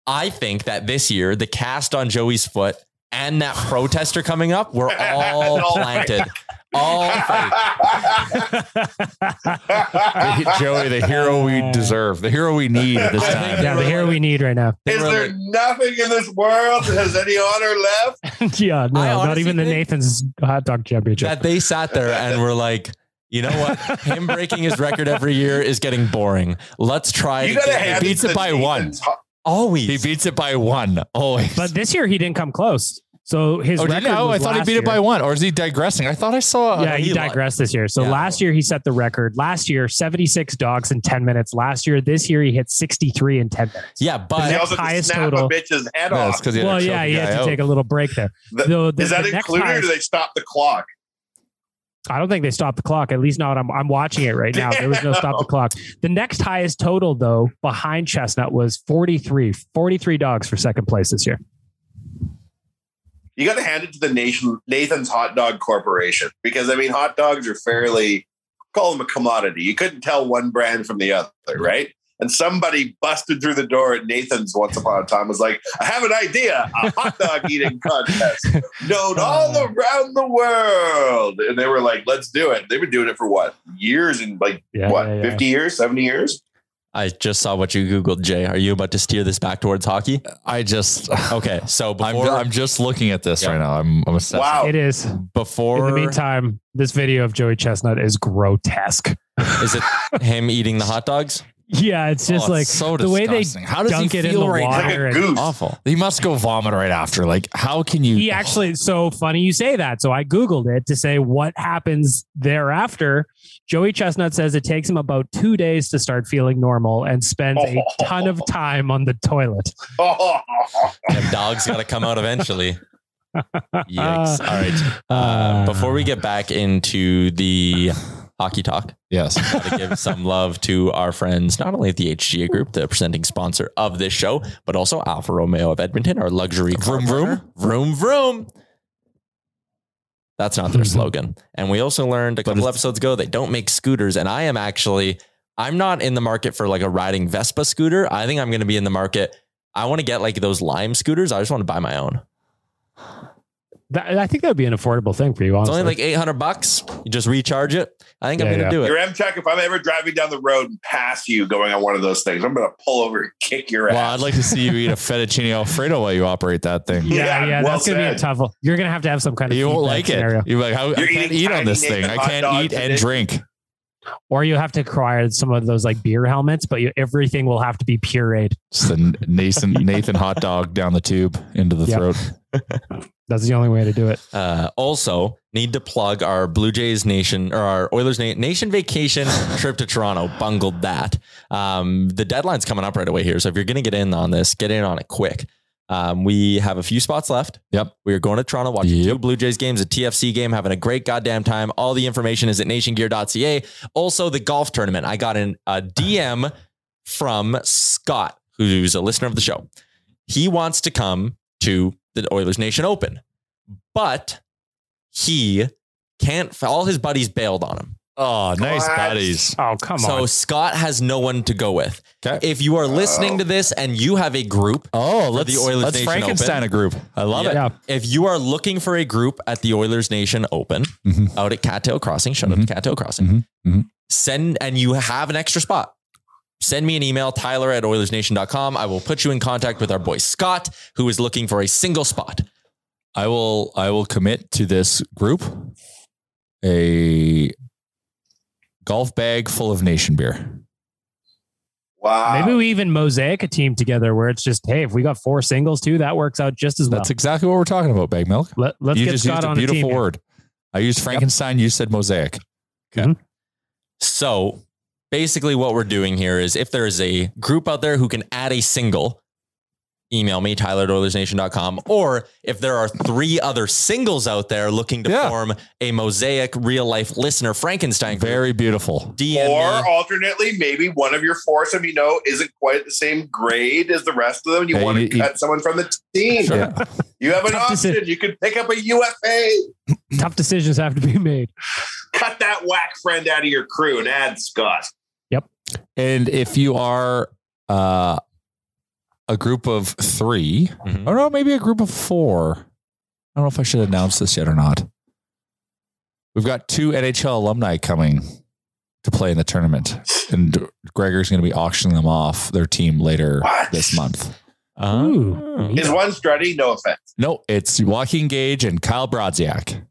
[SPEAKER 5] I think that this year, the cast on Joey's foot and that protester coming up were all planted. All fake.
[SPEAKER 9] The- Joey, the hero we
[SPEAKER 5] Oh.
[SPEAKER 9] deserve, the hero we need at this
[SPEAKER 6] I think
[SPEAKER 9] time.
[SPEAKER 7] yeah, the hair we need right now.
[SPEAKER 5] They
[SPEAKER 6] Is
[SPEAKER 5] were
[SPEAKER 6] there
[SPEAKER 5] like-
[SPEAKER 6] nothing in this world that has any honor left?
[SPEAKER 7] yeah, no, not
[SPEAKER 5] honestly
[SPEAKER 7] even the
[SPEAKER 5] think-
[SPEAKER 7] Nathan's hot dog championship.
[SPEAKER 5] that they sat there and were like, you know what? Him breaking his record every year is getting boring. Let's try
[SPEAKER 6] You
[SPEAKER 5] to
[SPEAKER 6] gotta
[SPEAKER 5] get-
[SPEAKER 6] hand
[SPEAKER 9] beats it
[SPEAKER 6] to
[SPEAKER 9] by
[SPEAKER 6] Nathan's
[SPEAKER 9] one.
[SPEAKER 6] Ho-
[SPEAKER 5] always.
[SPEAKER 9] He beats it by one. Always.
[SPEAKER 7] but this year he didn't come close. So his
[SPEAKER 9] oh,
[SPEAKER 7] record.
[SPEAKER 9] did he? Oh, I
[SPEAKER 7] was
[SPEAKER 9] thought he
[SPEAKER 7] last
[SPEAKER 9] beat it
[SPEAKER 7] year.
[SPEAKER 9] by one. Or is he digressing? I thought I saw.
[SPEAKER 7] yeah,
[SPEAKER 5] he
[SPEAKER 7] he
[SPEAKER 5] lied.
[SPEAKER 7] digressed this year. So
[SPEAKER 5] Yeah.
[SPEAKER 7] last year he set the record. Last year, 76 dogs in 10 minutes. Last year, this year he hit 63 in 10 minutes.
[SPEAKER 5] Yeah,
[SPEAKER 6] He
[SPEAKER 5] but
[SPEAKER 6] also
[SPEAKER 7] highest
[SPEAKER 6] just snap
[SPEAKER 7] total.
[SPEAKER 6] a bitch's head
[SPEAKER 9] No, it's
[SPEAKER 6] off.
[SPEAKER 9] 'cause he had to
[SPEAKER 7] well,
[SPEAKER 9] choke
[SPEAKER 7] yeah,
[SPEAKER 9] the
[SPEAKER 7] he
[SPEAKER 9] guy
[SPEAKER 7] had to
[SPEAKER 9] out.
[SPEAKER 7] take a little break there.
[SPEAKER 6] The-
[SPEAKER 7] Though the-
[SPEAKER 6] Is that
[SPEAKER 7] the next
[SPEAKER 6] included or do
[SPEAKER 7] highest-
[SPEAKER 6] they stop the clock?
[SPEAKER 7] I don't think they stopped the clock. At least not. I'm I'm watching it right now. There was no stop the clock. The next highest total though behind Chestnut was 43. 43 dogs for second place this year.
[SPEAKER 6] You got to hand it to the nation, Nathan's Hot Dog Corporation because I mean, hot dogs are fairly call them a commodity. You couldn't tell one brand from the other, right? and somebody busted through the door at Nathan's once upon a time. Was like, I have an idea, a hot dog eating contest known
[SPEAKER 9] Oh.
[SPEAKER 6] all around the world, and they were like, let's do it. They've been doing it for what years and like
[SPEAKER 9] Yeah,
[SPEAKER 6] what
[SPEAKER 9] yeah, yeah.
[SPEAKER 6] fifty years, seventy years.
[SPEAKER 5] I just saw what you googled, Jay. Are you about to steer this back towards hockey?
[SPEAKER 9] I just
[SPEAKER 5] okay. So
[SPEAKER 9] I'm,
[SPEAKER 5] before
[SPEAKER 9] I'm just looking at this right now. I'm, I'm assessing.
[SPEAKER 7] It is.
[SPEAKER 5] Before
[SPEAKER 7] In the meantime, this video of Joey Chestnut is grotesque.
[SPEAKER 5] is it him eating the hot dogs?
[SPEAKER 7] Yeah, it's just
[SPEAKER 9] Oh,
[SPEAKER 7] like
[SPEAKER 9] it's so
[SPEAKER 7] the way they
[SPEAKER 9] disgusting. How does
[SPEAKER 7] dunk
[SPEAKER 9] he
[SPEAKER 7] it in
[SPEAKER 9] feel
[SPEAKER 7] the
[SPEAKER 9] right now?
[SPEAKER 7] water.
[SPEAKER 9] Like a
[SPEAKER 7] and-
[SPEAKER 9] goose. Awful. He must go vomit right after. Like, how can you?
[SPEAKER 7] He actually, so funny you say that. So I Googled it to say what happens thereafter. Joey Chestnut says it takes him about two days to start feeling normal and spends a ton of time on the toilet.
[SPEAKER 5] Them dogs got to come out eventually. Yikes. All right. Uh, before we get back into the hockey talk,
[SPEAKER 9] yes,
[SPEAKER 5] gotta give some love to our friends, not only at the HGA Group, the presenting sponsor of this show, but also Alfa Romeo of Edmonton, our luxury vroom vroom vroom vroom. That's not their slogan. And we also learned a couple episodes ago they don't make scooters. And I am actually, I'm not in the market for like a riding Vespa scooter. I think I'm going to be in the market. I want to get like those Lime scooters. I just want to buy my own.
[SPEAKER 7] That, I think that would be an affordable thing for you,
[SPEAKER 5] It's
[SPEAKER 7] honestly.
[SPEAKER 5] only like 800 bucks. You just recharge it. I think I'm
[SPEAKER 7] Yeah,
[SPEAKER 5] going to
[SPEAKER 7] yeah.
[SPEAKER 5] do it.
[SPEAKER 6] Your M Tech, if I'm ever driving down the road and pass you going on one of those things, I'm going to pull over and kick your ass.
[SPEAKER 9] Well, I'd like to see you eat a fettuccine alfredo while you operate that thing.
[SPEAKER 7] yeah, yeah,
[SPEAKER 6] well
[SPEAKER 7] that's going to be a
[SPEAKER 6] said.
[SPEAKER 7] tough one. You're going to have to have some kind of
[SPEAKER 9] You won't
[SPEAKER 7] feedback
[SPEAKER 9] like
[SPEAKER 7] scenario.
[SPEAKER 9] it. You're like, how, I
[SPEAKER 6] You're
[SPEAKER 9] can't
[SPEAKER 6] eating
[SPEAKER 9] eat on
[SPEAKER 6] tiny
[SPEAKER 9] this thing.
[SPEAKER 6] naked
[SPEAKER 9] I
[SPEAKER 6] hot
[SPEAKER 9] can't
[SPEAKER 6] dogs
[SPEAKER 9] eat
[SPEAKER 6] and
[SPEAKER 9] and
[SPEAKER 6] it-
[SPEAKER 9] drink.
[SPEAKER 7] Or you have to acquire some of those like beer helmets, but you, everything will have to be pureed.
[SPEAKER 9] Just the Nathan Nathan hot dog down the tube into the
[SPEAKER 7] Yep.
[SPEAKER 9] throat.
[SPEAKER 7] That's the only way to do it.
[SPEAKER 5] Uh, also, need to plug our Blue Jays Nation or our Oilers Na- Nation vacation trip to Toronto. Bungled that. Um, the deadline's coming up right away here. So if you're going to get in on this, get in on it quick. Um, we have a few spots left.
[SPEAKER 9] Yep.
[SPEAKER 5] We are going to Toronto, watching two Blue Jays games, a TFC game, having a great goddamn time. All the information is at nationgear.ca. Also, the golf tournament. I got an, a DM from Scott, who's a listener of the show. He wants to come to the Oilers Nation Open but he can't. All his buddies bailed on him.
[SPEAKER 9] Oh, nice buddies.
[SPEAKER 7] Oh, come
[SPEAKER 5] so
[SPEAKER 7] on.
[SPEAKER 5] Scott has no one to go with.
[SPEAKER 9] Okay.
[SPEAKER 5] If you are listening to this and you have a group,
[SPEAKER 9] oh,
[SPEAKER 5] let
[SPEAKER 9] let's- let's Frankenstein a group. I love it.
[SPEAKER 5] If you are looking for a group at the Oilers Nation Open
[SPEAKER 9] Mm-hmm.
[SPEAKER 5] out at Cattail Crossing, shout out to Cattail Crossing. Send and you have an extra spot. Send me an email, Tyler at OilersNation.com. I will put you in contact with our boy Scott, who is looking for a single spot.
[SPEAKER 9] I will I will commit to this group a golf bag full of nation beer.
[SPEAKER 6] Wow.
[SPEAKER 9] Uh,
[SPEAKER 7] Maybe we even mosaic a team together where it's just, hey, if we got four singles too, that works out just as well.
[SPEAKER 9] That's exactly what we're talking about, bag milk.
[SPEAKER 7] Let, let's
[SPEAKER 9] you
[SPEAKER 7] get
[SPEAKER 9] just
[SPEAKER 7] Scott
[SPEAKER 9] used a
[SPEAKER 7] on the
[SPEAKER 9] beautiful
[SPEAKER 7] team. here.
[SPEAKER 9] word. I used Frankenstein, you said mosaic.
[SPEAKER 5] So basically, what we're doing here is if there is a group out there who can add a single, email me, Tyler at OilersNation.com. Or if there are three other singles out there looking to form a mosaic real life listener Frankenstein, group,
[SPEAKER 9] Very beautiful.
[SPEAKER 5] DM
[SPEAKER 6] or
[SPEAKER 7] uh,
[SPEAKER 5] me.
[SPEAKER 6] alternately, maybe one of your foursome you know isn't quite the same grade as the rest of them. You
[SPEAKER 9] Yeah,
[SPEAKER 6] want
[SPEAKER 9] you-
[SPEAKER 6] to
[SPEAKER 9] you-
[SPEAKER 6] cut someone from the team. You have an
[SPEAKER 7] Tough
[SPEAKER 6] option.
[SPEAKER 7] decision.
[SPEAKER 6] You could pick up a UFA.
[SPEAKER 7] Tough decisions have to be made.
[SPEAKER 6] Cut that whack friend out of your crew and add Scott.
[SPEAKER 9] And if you are uh, a group of 3 or no, maybe a group of four. I don't know if I should announce this yet or not. We've got two NHL alumni coming to play in the tournament, and Gregor's going to be auctioning them off their team later this month. Oh,
[SPEAKER 7] Ooh.
[SPEAKER 6] Is one strutty? No offense.
[SPEAKER 9] No, it's Joaquin Gage and Kyle Brodziak.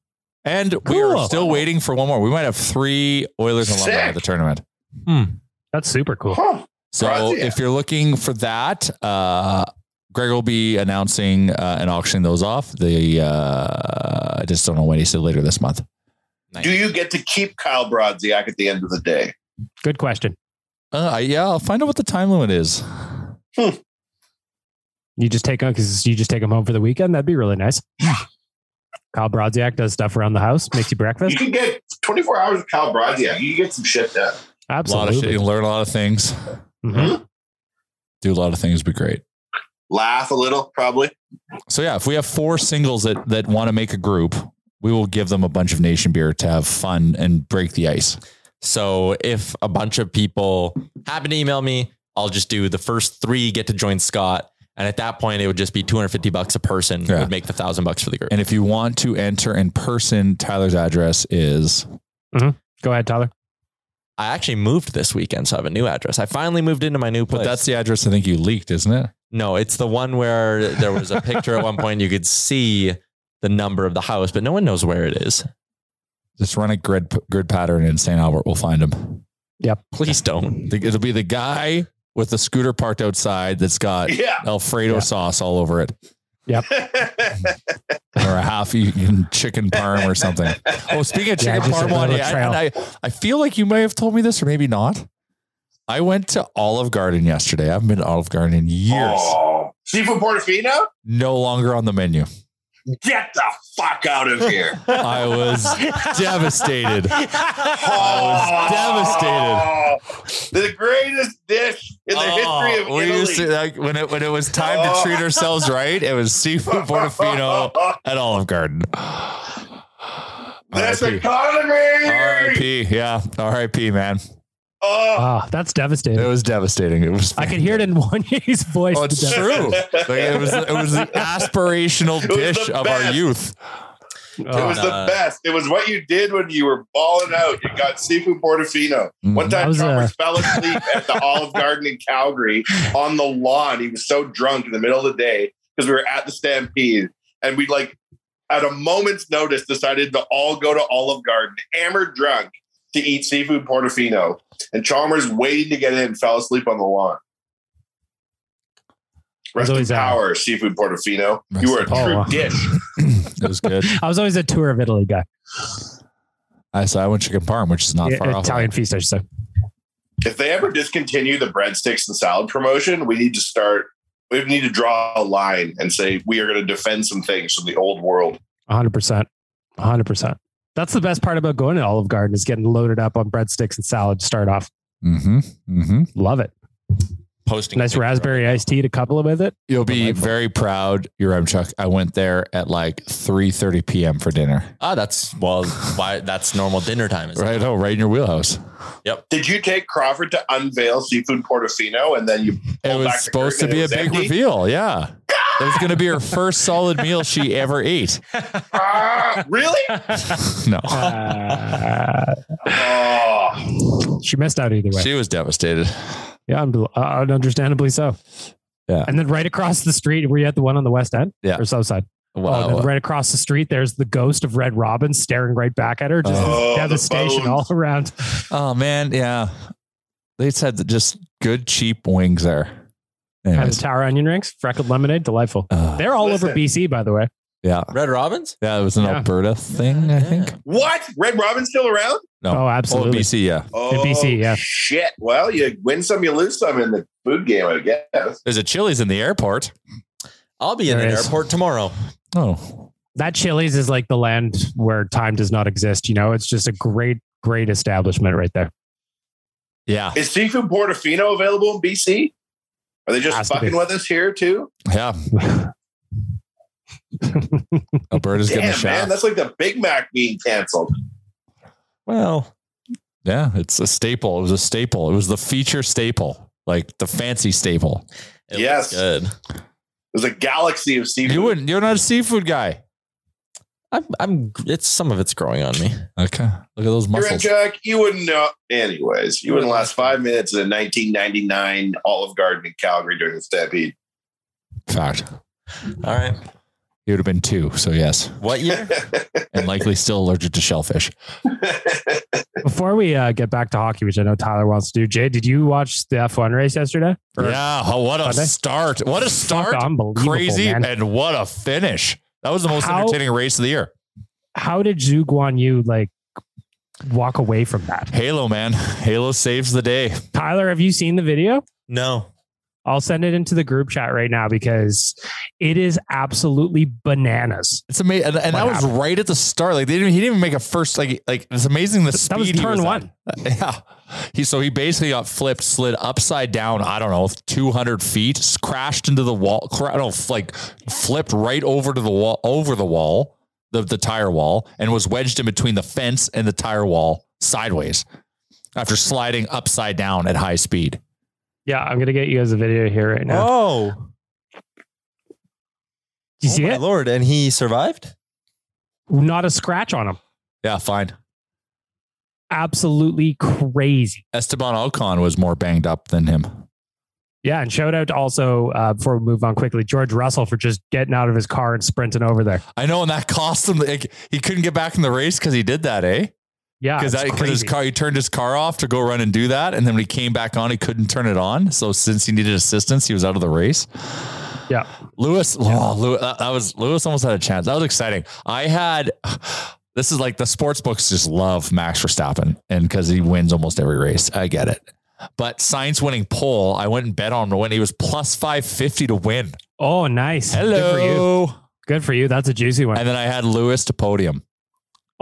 [SPEAKER 9] And we are
[SPEAKER 7] Cool.
[SPEAKER 9] still waiting for one more. We might have three Oilers alumni at
[SPEAKER 6] Sick.
[SPEAKER 9] the tournament.
[SPEAKER 7] Hmm. That's super cool.
[SPEAKER 6] Huh.
[SPEAKER 9] So
[SPEAKER 6] Brodziak.
[SPEAKER 9] if you're looking for that, uh, Greg will be announcing uh, and auctioning those off. The uh, I just don't know when he said later this month.
[SPEAKER 6] Do you get to keep Kyle Brodziak at the end of the day?
[SPEAKER 7] Good question.
[SPEAKER 9] Uh, I- yeah, I'll find out what the time limit is.
[SPEAKER 7] You just take on because you just take them home for the weekend. That'd be really nice. Kyle Brodziak does stuff around the house, makes you
[SPEAKER 6] You
[SPEAKER 7] breakfast.
[SPEAKER 6] can get 24 hours of Kyle Brodziak. You can get some shit done.
[SPEAKER 9] A lot of shit.
[SPEAKER 7] Absolutely.
[SPEAKER 9] You can learn a lot of things.
[SPEAKER 7] Mhm.
[SPEAKER 9] Do a lot of things. Would be great.
[SPEAKER 6] Laugh a little, probably.
[SPEAKER 9] So yeah, if we have four singles that that want to make a group, we will give them a bunch of nation beer to have fun and break the ice.
[SPEAKER 5] So if a bunch of people happen to email me,
[SPEAKER 11] I'll just do the first three get to join Scott. And at that point, it would just be 250 bucks a person. It
[SPEAKER 9] Yeah.
[SPEAKER 11] would make the thousand bucks for the group.
[SPEAKER 9] And if you want to enter in person, Tyler's address is
[SPEAKER 7] Go ahead, Tyler.
[SPEAKER 11] I actually moved this weekend, so I have a new address. I finally moved into my new place.
[SPEAKER 9] But that's the address I think you leaked, isn't it?
[SPEAKER 11] No, it's the one where there was a picture at one point you could see the number of the house, but no one knows where it is.
[SPEAKER 9] Just run a grid grid pattern in St. Albert. We'll find him.
[SPEAKER 7] Yep.
[SPEAKER 11] Please don't.
[SPEAKER 9] It'll be the guy with the scooter parked outside that's got
[SPEAKER 6] Yeah.
[SPEAKER 9] Alfredo sauce all over it.
[SPEAKER 7] Yep.
[SPEAKER 9] or a half eaten chicken parm or something. Oh, speaking of
[SPEAKER 6] Yeah,
[SPEAKER 9] chicken
[SPEAKER 6] just a
[SPEAKER 9] parm one,
[SPEAKER 6] little
[SPEAKER 9] yeah,
[SPEAKER 6] trail.
[SPEAKER 9] and I, I feel like you may have told me this or maybe not. I went to Olive Garden yesterday. I haven't been to Olive Garden in years.
[SPEAKER 6] Oh, seafood portofino?
[SPEAKER 9] No longer on the menu.
[SPEAKER 6] Get the fuck out of here.
[SPEAKER 9] I was devastated.
[SPEAKER 6] I was devastated. Oh. The greatest dish in the history of
[SPEAKER 9] Oh, we
[SPEAKER 6] Italy.
[SPEAKER 9] used to, like when it when it was time to treat ourselves right. It was seafood portofino at Olive Garden.
[SPEAKER 6] This
[SPEAKER 9] RIP.
[SPEAKER 6] economy.
[SPEAKER 9] R.I.P. Yeah, R.I.P. Man.
[SPEAKER 6] Oh.
[SPEAKER 9] Ah,
[SPEAKER 7] Wow, Ah, that's devastating.
[SPEAKER 9] It was devastating. It was.
[SPEAKER 7] I could hear it in Wanye's voice.
[SPEAKER 9] Oh, it's
[SPEAKER 7] The
[SPEAKER 9] true.
[SPEAKER 7] devastation.
[SPEAKER 9] Like, it was. It was the aspirational dish of our youth.
[SPEAKER 6] It was the best. It was what you did when you were balling out. You got seafood portofino. One
[SPEAKER 7] That
[SPEAKER 6] time,
[SPEAKER 7] was,
[SPEAKER 6] Chalmers
[SPEAKER 7] uh,
[SPEAKER 6] fell asleep at the Olive Garden in Calgary on the lawn. He was so drunk in the middle of the day because we were at the Stampede, and we like at a moment's notice decided to all go to Olive Garden, hammered drunk, to eat seafood portofino. And Chalmers, waiting to get in, fell asleep on the lawn. Rest in
[SPEAKER 7] always, uh,
[SPEAKER 6] power, seafood portofino. You were a
[SPEAKER 7] Oh,
[SPEAKER 6] true
[SPEAKER 7] wow.
[SPEAKER 6] dish.
[SPEAKER 9] It was good.
[SPEAKER 7] I was always a tour of Italy guy.
[SPEAKER 9] I so I went chicken parm, which is not
[SPEAKER 7] Yeah,
[SPEAKER 9] far off. of it.
[SPEAKER 7] Italian feast, I should say.
[SPEAKER 6] If they ever discontinue the breadsticks and salad promotion, we need to start. We need to draw a line and say we are going to defend some things from the old world.
[SPEAKER 7] 100%. 100%. That's the best part about going to Olive Garden is getting loaded up on breadsticks and salad to start off.
[SPEAKER 9] Mm-hmm. Mm-hmm.
[SPEAKER 7] Love it.
[SPEAKER 11] Posting
[SPEAKER 7] Nice raspberry iced tea to couple it with it.
[SPEAKER 9] You'll be very proud, your M Chuck. I went there at like 3:30 p.m. for dinner.
[SPEAKER 11] Ah, that's well, why that's normal dinner time. Is
[SPEAKER 9] Right? Oh, right in your wheelhouse.
[SPEAKER 11] Yep.
[SPEAKER 6] Did you take Crawford to unveil seafood portofino and then you?
[SPEAKER 9] It
[SPEAKER 6] pulled
[SPEAKER 9] was
[SPEAKER 6] back the
[SPEAKER 9] supposed to
[SPEAKER 6] curtain
[SPEAKER 9] be a
[SPEAKER 6] and it
[SPEAKER 9] big
[SPEAKER 6] was empty?
[SPEAKER 9] reveal. Yeah. It was going to be her first solid meal she ever ate.
[SPEAKER 6] Ah, really?
[SPEAKER 9] No.
[SPEAKER 6] Oh.
[SPEAKER 7] Uh, She missed out either way.
[SPEAKER 9] She was devastated.
[SPEAKER 7] yeah, un- uh, understandably so.
[SPEAKER 9] Yeah.
[SPEAKER 7] And then right across the street, were you at the one on the west end?
[SPEAKER 9] Yeah.
[SPEAKER 7] Or south side?
[SPEAKER 9] Wow.
[SPEAKER 7] Oh, then right across the street, there's the ghost of Red Robin staring right back at her. Just this devastation all around.
[SPEAKER 9] Oh, man. Yeah. They said that just good, cheap wings there.
[SPEAKER 7] And the
[SPEAKER 9] Anyways, Uh,
[SPEAKER 7] tower onion rings, freckled lemonade, delightful. They're all over BC, by the way.
[SPEAKER 9] yeah.
[SPEAKER 11] Red Robins?
[SPEAKER 9] Yeah. It was an
[SPEAKER 7] Yeah.
[SPEAKER 9] Alberta thing, I think.
[SPEAKER 6] What? Red Robin's still around?
[SPEAKER 9] No.
[SPEAKER 7] Oh, absolutely.
[SPEAKER 9] Oh, BC. Yeah.
[SPEAKER 6] Oh,
[SPEAKER 7] BC, yeah.
[SPEAKER 6] Shit. Well, you win some, you lose some in the food game, I guess.
[SPEAKER 9] There's a Chili's in the airport.
[SPEAKER 11] I'll be in
[SPEAKER 7] There
[SPEAKER 11] the
[SPEAKER 7] is.
[SPEAKER 11] airport tomorrow.
[SPEAKER 9] Oh,
[SPEAKER 7] That Chili's is like the land where time does not exist. You know, it's just a great, great establishment right there.
[SPEAKER 9] yeah.
[SPEAKER 6] Is seafood portofino available in BC? Are they just
[SPEAKER 7] Has to be.
[SPEAKER 6] fucking with us here too?
[SPEAKER 9] Yeah. Alberta's getting a
[SPEAKER 6] Damn, man,
[SPEAKER 9] shot.
[SPEAKER 6] that's like the Big Mac being canceled.
[SPEAKER 11] Well,
[SPEAKER 9] Yeah, it's a staple. It was a staple. It was the feature staple, like the fancy staple.
[SPEAKER 11] it
[SPEAKER 6] Yes.
[SPEAKER 11] looks good.
[SPEAKER 6] There's a galaxy of seafood.
[SPEAKER 9] You wouldn't. You're not a seafood guy.
[SPEAKER 11] I'm, I'm, it's some of it's growing on me.
[SPEAKER 9] Okay. Look at those
[SPEAKER 6] You're in,
[SPEAKER 9] muscles.
[SPEAKER 6] Jack. You wouldn't know. Anyways, you wouldn't last five minutes in a 1999 Olive Garden in Calgary during the Stampede.
[SPEAKER 9] Fact.
[SPEAKER 11] All right.
[SPEAKER 9] You would have been two. So yes,
[SPEAKER 11] What year?
[SPEAKER 9] and likely still allergic to shellfish.
[SPEAKER 7] Before we uh, get back to hockey, which I know Tyler wants to do, Jay, did you watch the F1 race yesterday?
[SPEAKER 9] Yeah. oh, what a
[SPEAKER 7] Sunday?
[SPEAKER 9] start! What a start!
[SPEAKER 7] Fuck, unbelievable,
[SPEAKER 9] Crazy
[SPEAKER 7] man.
[SPEAKER 9] and what a finish! That was the most
[SPEAKER 7] How-
[SPEAKER 9] entertaining race of the year.
[SPEAKER 7] How did Zhu Guan Yu like walk away from that?
[SPEAKER 9] Halo, man. Halo saves the day.
[SPEAKER 7] Tyler, have you seen the video?
[SPEAKER 11] No.
[SPEAKER 7] I'll send it into the group chat right now because it is absolutely bananas.
[SPEAKER 9] It's amazing, and, and
[SPEAKER 7] What
[SPEAKER 9] that was
[SPEAKER 7] happened?
[SPEAKER 9] right at the start. Like they didn't. He didn't even make a first. Like like it's amazing the
[SPEAKER 7] that was
[SPEAKER 9] speed he
[SPEAKER 7] turn
[SPEAKER 9] at.
[SPEAKER 7] one.
[SPEAKER 9] Yeah. He so he basically got flipped, slid upside down. I don't know, two hundred feet, s- crashed into the wall. Cra- no, f- like flipped right over to the wall, over the wall, the the tire wall, and was wedged in between the fence and the tire wall sideways after sliding upside down at high speed.
[SPEAKER 7] Yeah, I'm gonna get you guys a video here right now.
[SPEAKER 11] Oh,
[SPEAKER 7] Do
[SPEAKER 5] Oh
[SPEAKER 7] you see it?
[SPEAKER 11] Lord, and he survived?
[SPEAKER 7] Not a scratch on him.
[SPEAKER 9] Yeah, fine.
[SPEAKER 7] Absolutely crazy.
[SPEAKER 9] Esteban Alcon was more banged up than him.
[SPEAKER 7] Yeah, and shout out to also uh, before we move on quickly, George Russell for just getting out of his car and sprinting over there.
[SPEAKER 9] I know, and that cost him. Like, he couldn't get back in the race because he did that, eh?
[SPEAKER 7] Yeah,
[SPEAKER 9] because
[SPEAKER 7] it's
[SPEAKER 9] his
[SPEAKER 7] crazy.
[SPEAKER 9] car he turned his car off to go run and do that, and then when he came back on, he couldn't turn it on. So since he needed assistance, he was out of the race.
[SPEAKER 7] Yeah,
[SPEAKER 9] Lewis, oh, Lewis that, that was Lewis almost had a chance. That was exciting. I had this is like the sports books just love Max Verstappen, and because he wins almost every race, I get it. But science winning pole, I went and bet on him when he was plus five fifty to win.
[SPEAKER 7] Oh, nice. Good for
[SPEAKER 9] Hello.
[SPEAKER 7] you. Good for you. That's a juicy one.
[SPEAKER 9] And then I had Lewis to podium.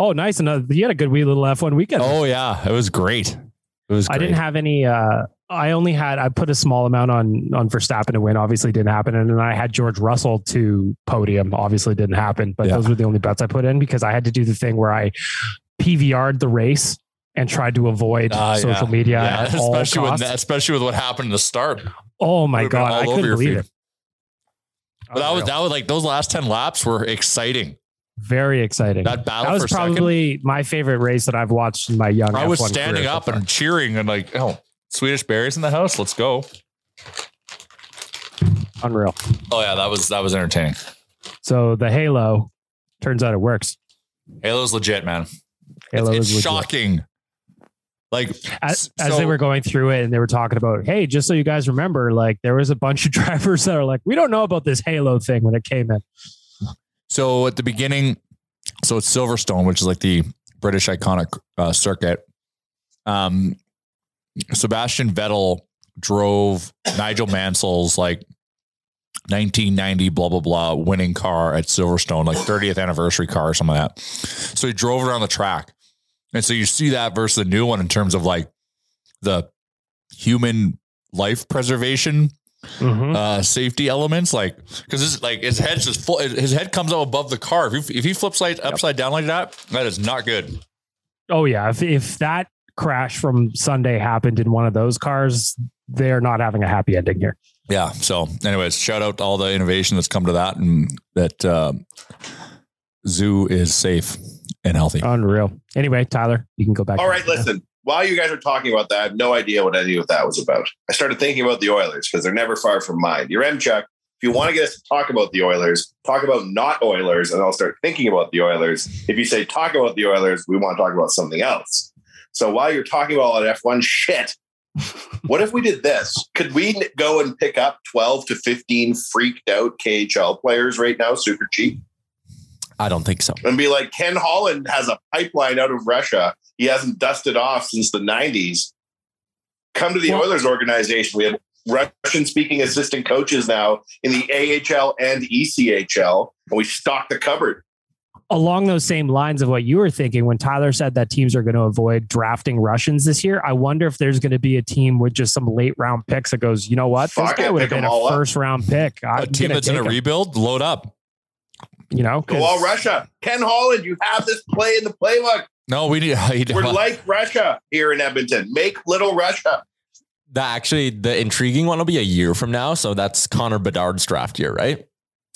[SPEAKER 7] Oh, nice. Another. You had a good wee little F1 weekend.
[SPEAKER 9] Oh yeah, it was great. It was. Great.
[SPEAKER 7] I didn't have any. uh I only had. I put a small amount on on Verstappen to win. Obviously, didn't happen. And then I had George Russell to podium. Obviously, didn't happen. But
[SPEAKER 9] Yeah.
[SPEAKER 7] those were the only bets I put in because I had to do the thing where I PVR'd the race and tried to avoid
[SPEAKER 9] Ah, yeah.
[SPEAKER 7] social media
[SPEAKER 9] Yeah,
[SPEAKER 7] at all
[SPEAKER 9] especially
[SPEAKER 7] costs.
[SPEAKER 9] with especially with what happened in the start.
[SPEAKER 7] oh my
[SPEAKER 9] Would've been
[SPEAKER 7] god, I
[SPEAKER 9] all over
[SPEAKER 7] couldn't
[SPEAKER 9] your
[SPEAKER 7] believe
[SPEAKER 9] feed.
[SPEAKER 7] it.
[SPEAKER 9] But that was that was like those last ten laps were exciting.
[SPEAKER 7] Very exciting.
[SPEAKER 9] That battle
[SPEAKER 7] that was
[SPEAKER 9] for second?
[SPEAKER 7] probably my favorite race that I've watched in my young.
[SPEAKER 9] I was
[SPEAKER 7] F1
[SPEAKER 9] standing
[SPEAKER 7] career.
[SPEAKER 9] up and cheering and like, oh, Swedish berries in the house. Let's go.
[SPEAKER 7] Unreal.
[SPEAKER 9] Oh yeah, that was that was entertaining.
[SPEAKER 7] So the Halo turns out it works.
[SPEAKER 9] Halo's legit, man.
[SPEAKER 7] Halo
[SPEAKER 9] it's
[SPEAKER 7] is legit.
[SPEAKER 9] shocking. Like
[SPEAKER 7] As,
[SPEAKER 9] s-
[SPEAKER 7] as they
[SPEAKER 9] so-
[SPEAKER 7] were going through it and they were talking about, hey, just so you guys remember, like there was a bunch of drivers that are like, we don't know about this Halo thing when it came in.
[SPEAKER 9] So at the beginning, so it's Silverstone, which is like the British iconic uh, circuit. Um, Sebastian Vettel drove Nigel Mansell's like 1990 blah blah blah winning car at Silverstone, like 30th anniversary car or something like that. So he drove it on the track, and so you see that versus the new one in terms of like the human life preservation uh, safety elements, like because this like his head's just full. His head comes up above the car. If he, if he flips like upside down like that, that is not good.
[SPEAKER 7] Oh yeah, if if that crash from Sunday happened in one of those cars, they are not having a happy ending here.
[SPEAKER 9] Yeah. So, anyways, shout out to all the innovation that's come to that, and that uh, zoo is safe and healthy.
[SPEAKER 7] Unreal. Anyway, Tyler, you can go back.
[SPEAKER 6] All right, listen. While you guys are talking about that, I have no idea what any of that was about. I started thinking about the Oilers because they're never far from mine. You're M Chuck. If you want to get us to talk about the Oilers, talk about not Oilers, and I'll start thinking about the Oilers. If you say talk about the Oilers, we want to talk about something else. So while you're talking about all that F1 shit, what if we did this? Could we n- go and pick up 12 to 15 freaked out KHL players right now, super cheap?
[SPEAKER 11] I don't think so.
[SPEAKER 6] and be like, Ken Holland has a pipeline out of Russia. He hasn't dusted off since the 90s. Come to the Oilers organization. We have Russian speaking assistant coaches now in the AHL and E ECHL, and we stock the cupboard.
[SPEAKER 7] along those same lines of what you were thinking when Tyler said that teams are going to avoid drafting Russians this year, I wonder if there's going to be a team with just some late round picks that goes, you know what,
[SPEAKER 6] Fuck
[SPEAKER 7] this guy
[SPEAKER 6] it,
[SPEAKER 7] would have
[SPEAKER 6] pick 'em
[SPEAKER 7] been a
[SPEAKER 6] all up."
[SPEAKER 7] first round pick. I'm
[SPEAKER 9] A team
[SPEAKER 7] gonna
[SPEAKER 9] that's in a
[SPEAKER 7] take him,
[SPEAKER 9] rebuild, load up.
[SPEAKER 7] you know,
[SPEAKER 6] Go all Russia. Ken Holland, you have this play in the playbook.
[SPEAKER 9] No, we need.
[SPEAKER 6] We're like Russia here in Edmonton. Make little Russia.
[SPEAKER 11] The actually the intriguing one will be a year from now. So that's Connor Bedard's draft year, right?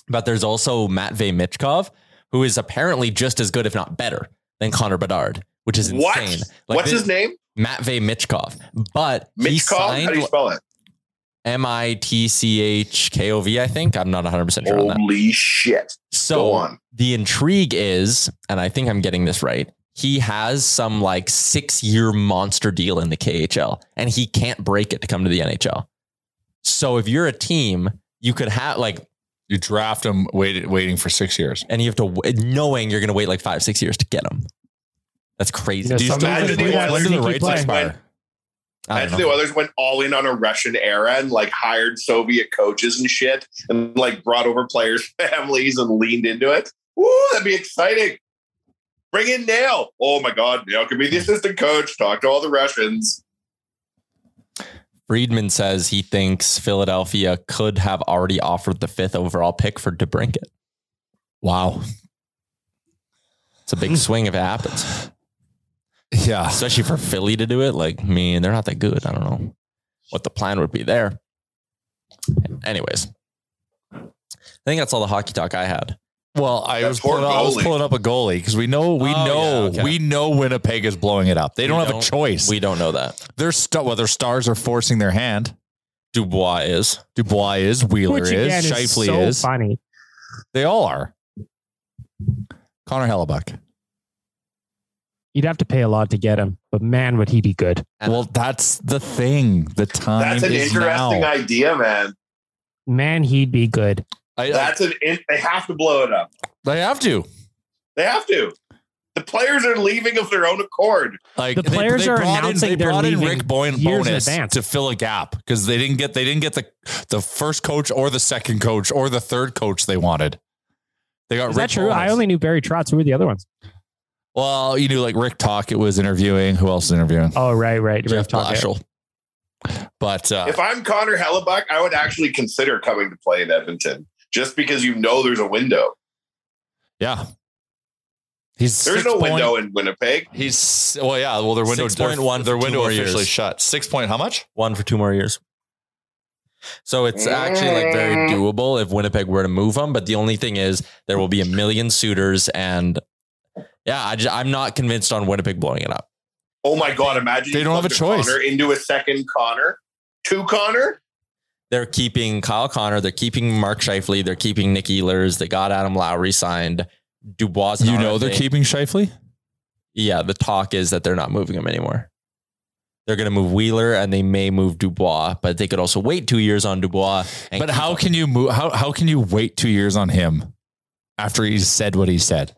[SPEAKER 11] But there's also Matvey Michkov, who is apparently just as good, if not better, than Connor Bedard, which is
[SPEAKER 6] What?
[SPEAKER 11] insane.
[SPEAKER 6] What's his name?
[SPEAKER 11] Matvey Michkov. But he
[SPEAKER 6] Mitch Call? How do you
[SPEAKER 11] signed
[SPEAKER 6] spell it?
[SPEAKER 11] M I T C H K O V, I think. I'm not 100% sure on that.
[SPEAKER 6] Holy shit.
[SPEAKER 11] So
[SPEAKER 6] Oh Go on.
[SPEAKER 11] the intrigue is, and I think I'm getting this right, he has some like six year monster deal in the KHL and he can't break it to come to the NHL. So if you're a team, you could have like,
[SPEAKER 9] You draft him, waited, waiting for six years.
[SPEAKER 11] and you have to, w- knowing you're going to wait like five, six years to get him. That's crazy.
[SPEAKER 7] You know,
[SPEAKER 9] Do you
[SPEAKER 7] some
[SPEAKER 9] still
[SPEAKER 7] teams
[SPEAKER 9] imagine
[SPEAKER 7] do
[SPEAKER 9] the
[SPEAKER 7] that
[SPEAKER 9] Oilers in the
[SPEAKER 7] sneaky
[SPEAKER 9] rights
[SPEAKER 7] play.
[SPEAKER 9] expire?
[SPEAKER 11] I
[SPEAKER 6] Imagine
[SPEAKER 11] don't
[SPEAKER 6] the
[SPEAKER 11] know.
[SPEAKER 6] others went all in on a Russian era and like hired Soviet coaches and shit and like brought over players' families and leaned into it. Woo, that'd be exciting. Bring in Nail. Oh my God, Nail could be the assistant coach. Talk to all the Russians.
[SPEAKER 11] Friedman says he thinks Philadelphia could have already offered the fifth overall pick for DeBrinket.
[SPEAKER 9] Wow.
[SPEAKER 11] It's a big swing if it happens.
[SPEAKER 9] Yeah.
[SPEAKER 11] especially for Philly to do it. Like, man, they're not that good. I don't know.
[SPEAKER 5] what the plan would be there. Anyways, I think that's all the hockey talk I had.
[SPEAKER 9] Well, I was, pulling up, I was pulling up a goalie because we know we
[SPEAKER 5] Oh,
[SPEAKER 9] know
[SPEAKER 5] yeah, okay.
[SPEAKER 9] we know Winnipeg is blowing it up. They
[SPEAKER 5] We
[SPEAKER 9] don't have
[SPEAKER 5] don't-
[SPEAKER 9] a choice.
[SPEAKER 5] We don't know that.
[SPEAKER 9] Their st- well, their stars are forcing their hand.
[SPEAKER 5] Dubois is
[SPEAKER 9] Dubois is Wheeler
[SPEAKER 7] Which again
[SPEAKER 9] is
[SPEAKER 7] is
[SPEAKER 9] Shifley
[SPEAKER 7] so
[SPEAKER 9] is.
[SPEAKER 7] funny.
[SPEAKER 9] They all are. Connor Hellebuck.
[SPEAKER 7] You'd have to pay a lot to get him, but man, would he be good.
[SPEAKER 9] Well, that's the thing. The time
[SPEAKER 7] That's an
[SPEAKER 9] is
[SPEAKER 7] interesting
[SPEAKER 9] now.
[SPEAKER 6] idea, man.
[SPEAKER 7] Man, he'd be good.
[SPEAKER 6] That's an. it- They have to blow it up.
[SPEAKER 9] They have to.
[SPEAKER 6] They have to. The players are leaving of their own accord.
[SPEAKER 9] Like
[SPEAKER 7] The
[SPEAKER 9] they-
[SPEAKER 7] players
[SPEAKER 9] they,
[SPEAKER 7] are
[SPEAKER 9] brought
[SPEAKER 7] announcing
[SPEAKER 9] in, they
[SPEAKER 7] they're
[SPEAKER 9] brought in
[SPEAKER 7] leaving
[SPEAKER 9] Rick Bowen
[SPEAKER 7] years in
[SPEAKER 9] bonus
[SPEAKER 7] advance.
[SPEAKER 9] to fill a gap because they didn't get they didn't get the the first coach or the second coach or the third coach they wanted. They got
[SPEAKER 7] Is
[SPEAKER 9] Rick
[SPEAKER 7] that true?
[SPEAKER 9] Bowness.
[SPEAKER 7] I only knew Barry Trotz. Who were the other ones?
[SPEAKER 9] Well, you knew like Rick Tockett was interviewing. Who else is interviewing?
[SPEAKER 7] Oh, right, right.
[SPEAKER 9] Jeff
[SPEAKER 7] Tockett.
[SPEAKER 9] Blashill. But uh,
[SPEAKER 6] If I'm Connor Hellebuck, I would actually consider coming to play in Edmonton just because you know there's a window.
[SPEAKER 9] yeah, he's
[SPEAKER 6] There's
[SPEAKER 9] six
[SPEAKER 6] no
[SPEAKER 9] point-
[SPEAKER 6] window in Winnipeg.
[SPEAKER 9] He's well, yeah. Well, their window
[SPEAKER 5] Six point
[SPEAKER 9] their-
[SPEAKER 5] one for
[SPEAKER 9] Their
[SPEAKER 5] two
[SPEAKER 9] window
[SPEAKER 5] more
[SPEAKER 9] officially
[SPEAKER 5] years.
[SPEAKER 9] shut. Six point. How much?
[SPEAKER 5] one for two more years. So it's actually like very doable if Winnipeg were to move him. But the only thing is, there will be a million suitors, and yeah, I just, I'm not convinced on Winnipeg blowing it up.
[SPEAKER 6] Oh my god! Imagine
[SPEAKER 5] They
[SPEAKER 6] you
[SPEAKER 5] don't have
[SPEAKER 6] plugged
[SPEAKER 5] a choice.
[SPEAKER 6] Connor into a second Connor, two Connor.
[SPEAKER 5] They're keeping Kyle Connor, they're keeping Mark Scheifele, they're keeping Nick Ehlers. They got Adam Lowry signed. Dubois, an
[SPEAKER 9] You know
[SPEAKER 5] RFA.
[SPEAKER 9] they're keeping Shifley.
[SPEAKER 5] Yeah, the talk is that they're not moving him anymore. They're going to move Wheeler and they may move Dubois, but they could also wait two years on Dubois. And
[SPEAKER 9] But
[SPEAKER 5] keep
[SPEAKER 9] how
[SPEAKER 5] him.
[SPEAKER 9] can you move? How how can you wait two years on him after he's said what he said?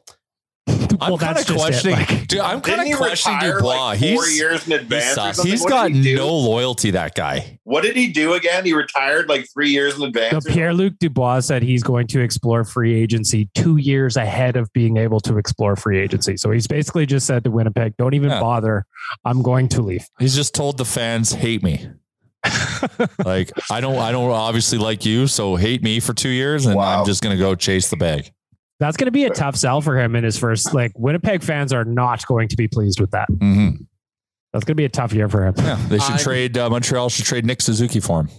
[SPEAKER 9] I'm
[SPEAKER 7] Well,
[SPEAKER 9] kind
[SPEAKER 7] that's
[SPEAKER 9] of
[SPEAKER 7] just it,
[SPEAKER 9] questioning.
[SPEAKER 7] like-
[SPEAKER 9] dude, I'm
[SPEAKER 6] Didn't
[SPEAKER 9] kind
[SPEAKER 6] he
[SPEAKER 9] of questioning
[SPEAKER 6] retire,
[SPEAKER 9] Dubois.
[SPEAKER 6] like, four
[SPEAKER 9] he's
[SPEAKER 6] years in advance or
[SPEAKER 9] He sucks.
[SPEAKER 6] something?
[SPEAKER 9] he's
[SPEAKER 6] What
[SPEAKER 9] got
[SPEAKER 6] did he do?
[SPEAKER 9] no loyalty. That guy.
[SPEAKER 6] What did he do again? He retired like three years in
[SPEAKER 7] So
[SPEAKER 6] advance.
[SPEAKER 7] Pierre Luc Dubois said he's going to explore free agency two years ahead of being able to explore free agency. So he's basically just said to Winnipeg, "Don't even
[SPEAKER 9] Yeah.
[SPEAKER 7] bother. I'm going to leave."
[SPEAKER 9] He's just told the fans hate me. like I don't I don't obviously like you, so hate me for two years, and I'm just gonna go chase the bag.
[SPEAKER 7] That's going to be a tough sell for him in his first. Like Winnipeg fans are not going to be pleased with that.
[SPEAKER 9] Mhm.
[SPEAKER 7] That's going to be a tough year for him.
[SPEAKER 9] Yeah, they should
[SPEAKER 5] I-
[SPEAKER 9] trade uh, Montreal. Should trade Nick Suzuki for him.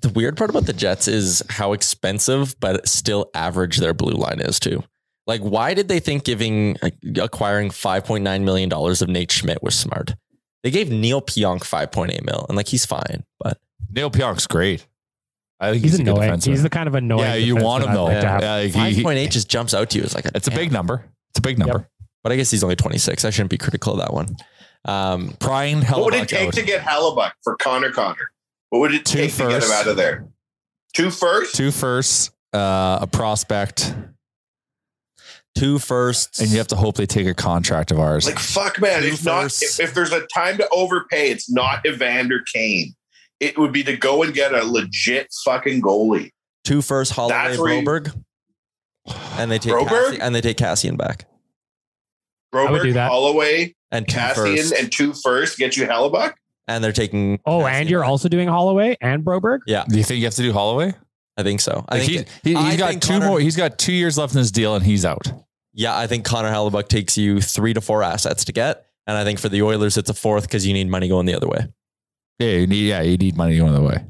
[SPEAKER 5] the weird part about the Jets is how expensive, but still average their blue line is too. Like, why did they think giving acquiring five point nine million dollars of Nate Schmidt was smart? They gave Neil Pionk five point eight mil, and like he's fine, but
[SPEAKER 9] Neil Pionk's great. I think
[SPEAKER 7] He's,
[SPEAKER 9] he's, a good
[SPEAKER 7] annoying.
[SPEAKER 9] defenseman.
[SPEAKER 7] He's the kind of annoying.
[SPEAKER 9] yeah, you want
[SPEAKER 7] defenseman
[SPEAKER 9] him
[SPEAKER 7] I'd
[SPEAKER 9] though.
[SPEAKER 7] like to have.
[SPEAKER 9] Yeah, like,
[SPEAKER 5] five
[SPEAKER 9] he-
[SPEAKER 5] point eight just jumps out to you. It's like
[SPEAKER 9] it's a big
[SPEAKER 5] damn.
[SPEAKER 9] number. It's a big number.
[SPEAKER 5] but I guess he's only twenty six. I shouldn't be critical of that one. Um,
[SPEAKER 9] Brian
[SPEAKER 6] what would it
[SPEAKER 9] Hellebuck
[SPEAKER 6] take
[SPEAKER 9] out.
[SPEAKER 6] to get Halibut for Connor Connor? What would it
[SPEAKER 9] Two
[SPEAKER 6] take to get him
[SPEAKER 9] firsts.
[SPEAKER 6] out of there? Two firsts?
[SPEAKER 9] Two firsts, uh, a prospect,
[SPEAKER 5] two firsts.
[SPEAKER 9] and you have to hope they take a contract of ours.
[SPEAKER 6] Like fuck, man! It's not if, if there's a time to overpay, it's not Evander Kane. It would be to go and get a legit fucking goalie.
[SPEAKER 5] two first Holloway
[SPEAKER 6] That's where you-
[SPEAKER 5] Broberg, and they take
[SPEAKER 6] Broberg?
[SPEAKER 5] Cassi- and they take Cassian back
[SPEAKER 7] would do
[SPEAKER 6] Robert
[SPEAKER 7] that.
[SPEAKER 6] Holloway,
[SPEAKER 5] and two
[SPEAKER 6] Cassian,
[SPEAKER 5] firsts, and,
[SPEAKER 6] and two firsts get you Halibut.
[SPEAKER 5] they're taking
[SPEAKER 7] Oh, and you're also doing Holloway and Broberg.
[SPEAKER 5] yeah.
[SPEAKER 9] Do you think you have to do Holloway?
[SPEAKER 5] I think so. I
[SPEAKER 9] Like
[SPEAKER 5] think
[SPEAKER 9] he, he,
[SPEAKER 5] I
[SPEAKER 9] has got
[SPEAKER 5] think
[SPEAKER 9] two
[SPEAKER 5] Connor-
[SPEAKER 9] more. He's got two years left in his deal, and he's out.
[SPEAKER 5] Yeah, I think Connor Hallebuck takes you three to four assets to get. And I think for the Oilers, it's a fourth because you need money going the other way.
[SPEAKER 9] Yeah, you need, yeah, you need money going the way.